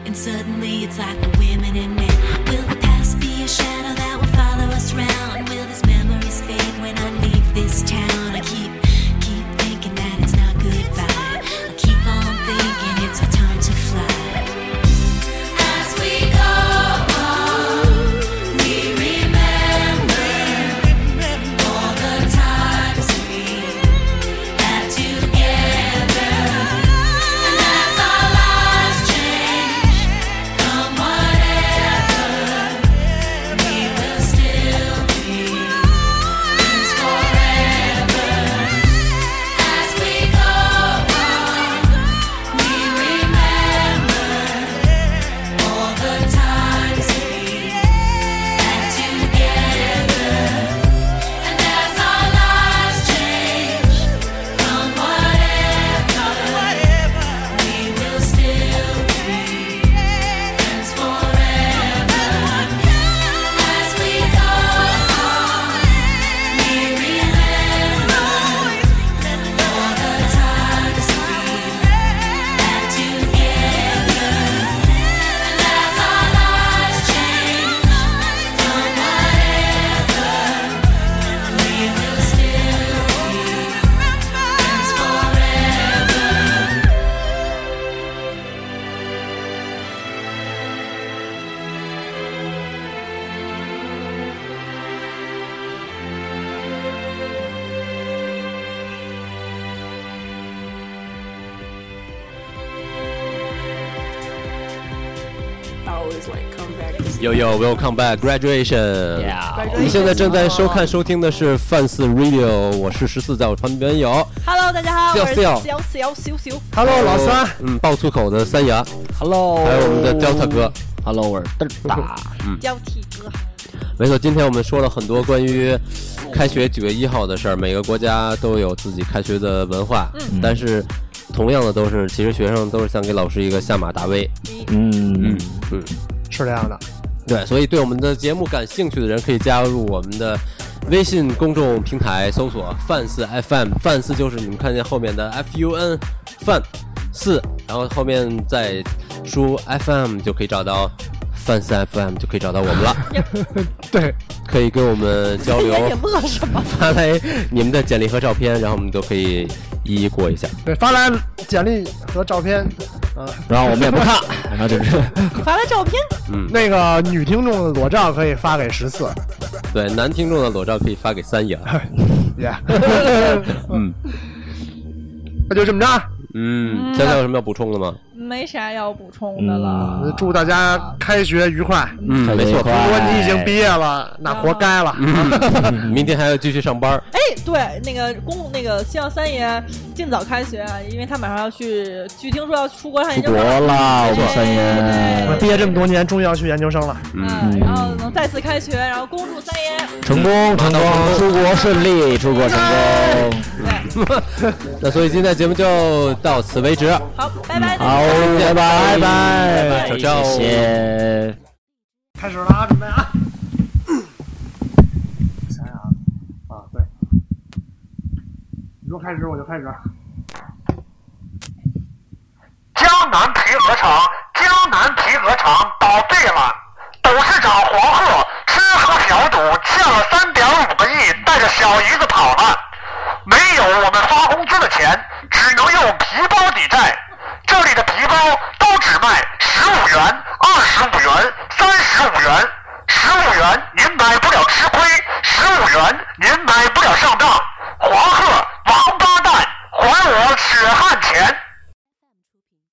L: And suddenly it's like we're women and men. Will the past be a shadow that will follow us round? Will these memories fade when I leave this town? I keep, keep thinking that it's not goodbye. I keep on thinking it's our time to fly. As we go on, we remember all the times we had together, and as our lives change from whatever, we will still be friends forever.
M: always like come back.
A: Yo yo, welcome back, graduation！
M: Yeah
A: 你现在正在收看收听的是范四 Radio，我是十四，在我旁边有
B: Hello，大家好，我是
A: Siêu
B: 小
A: Siêu
B: 小小小。
A: 三，嗯，爆粗口的三牙
C: ，Hello，
A: 还有我们的 Delta 哥
C: ，Hello，我是 Delta，
A: 嗯，
B: 交替哥，
A: 没错，今天我们说了很多关于开学九月一号的事儿，每个国家都有自己开学的文化，
B: 嗯
A: 但是同样的都是，其实学生都是想给老师一个下马大威，
C: 嗯
A: 嗯嗯，
D: 是这样的。
A: 对，所以对我们的节目感兴趣的人，可以加入我们的微信公众平台，搜索“范四 FM”，范四就是你们看见后面的 F U N，范四，然后后面再输 FM 就可以找到范四 FM，就可以找到我们了。 <laughs>
D: 对，
A: 可以跟我们交流，
B: 也挺陌生吧？
A: 发来你们的简历和照片，然后我们都可以一一过一下。
D: 对，发来简历和照片，啊，
A: 然后我们也不看
C: 然
A: <laughs>
C: 后就是
D: 你
B: 发来照片，
A: 嗯，
D: <laughs> 那个女听众的裸照可以发给十四，
A: 对，男听众的裸照可以发给三爷。 <laughs>
D: 耶，
A: 嗯
D: 那就这么着，
A: 嗯，现在有什么要补充的吗？
B: 没啥要补充的了。
D: 呃祝大家开学愉快。
A: 嗯没错
D: 如果你已经毕业了，那活该了。
A: 嗯，明天还要继续上班。
B: 哎，对，那个公那个希望三爷尽早开学啊，因为他马上要去，据听说要出国上研究生了
C: 啦，
B: 我们三爷
D: 我毕业这么多年，终于要去研究生了。
B: 嗯，然后能再次开学，然后恭祝三爷
C: 成功成功，出国顺利，出国成
A: 哎
C: 功。
A: 那所以今天的节目就到此为止。
B: 好，拜拜。
A: 好，
C: 拜拜
A: 拜拜，
C: 拜
A: 再见
C: 谢谢。
D: 开始了啊，准备啊。想想啊，啊对，你说开始我就开始。
F: 江南皮革厂，江南皮革厂倒闭了，董事长黄鹤吃喝嫖赌，欠了三点五个亿，带着小姨子跑了，没有我们发工资的钱，只能用皮包抵债。这里的皮包都只卖十五元、二十五元、三十五元，十五元您买不了吃亏，十五元您买不了上当。黄鹤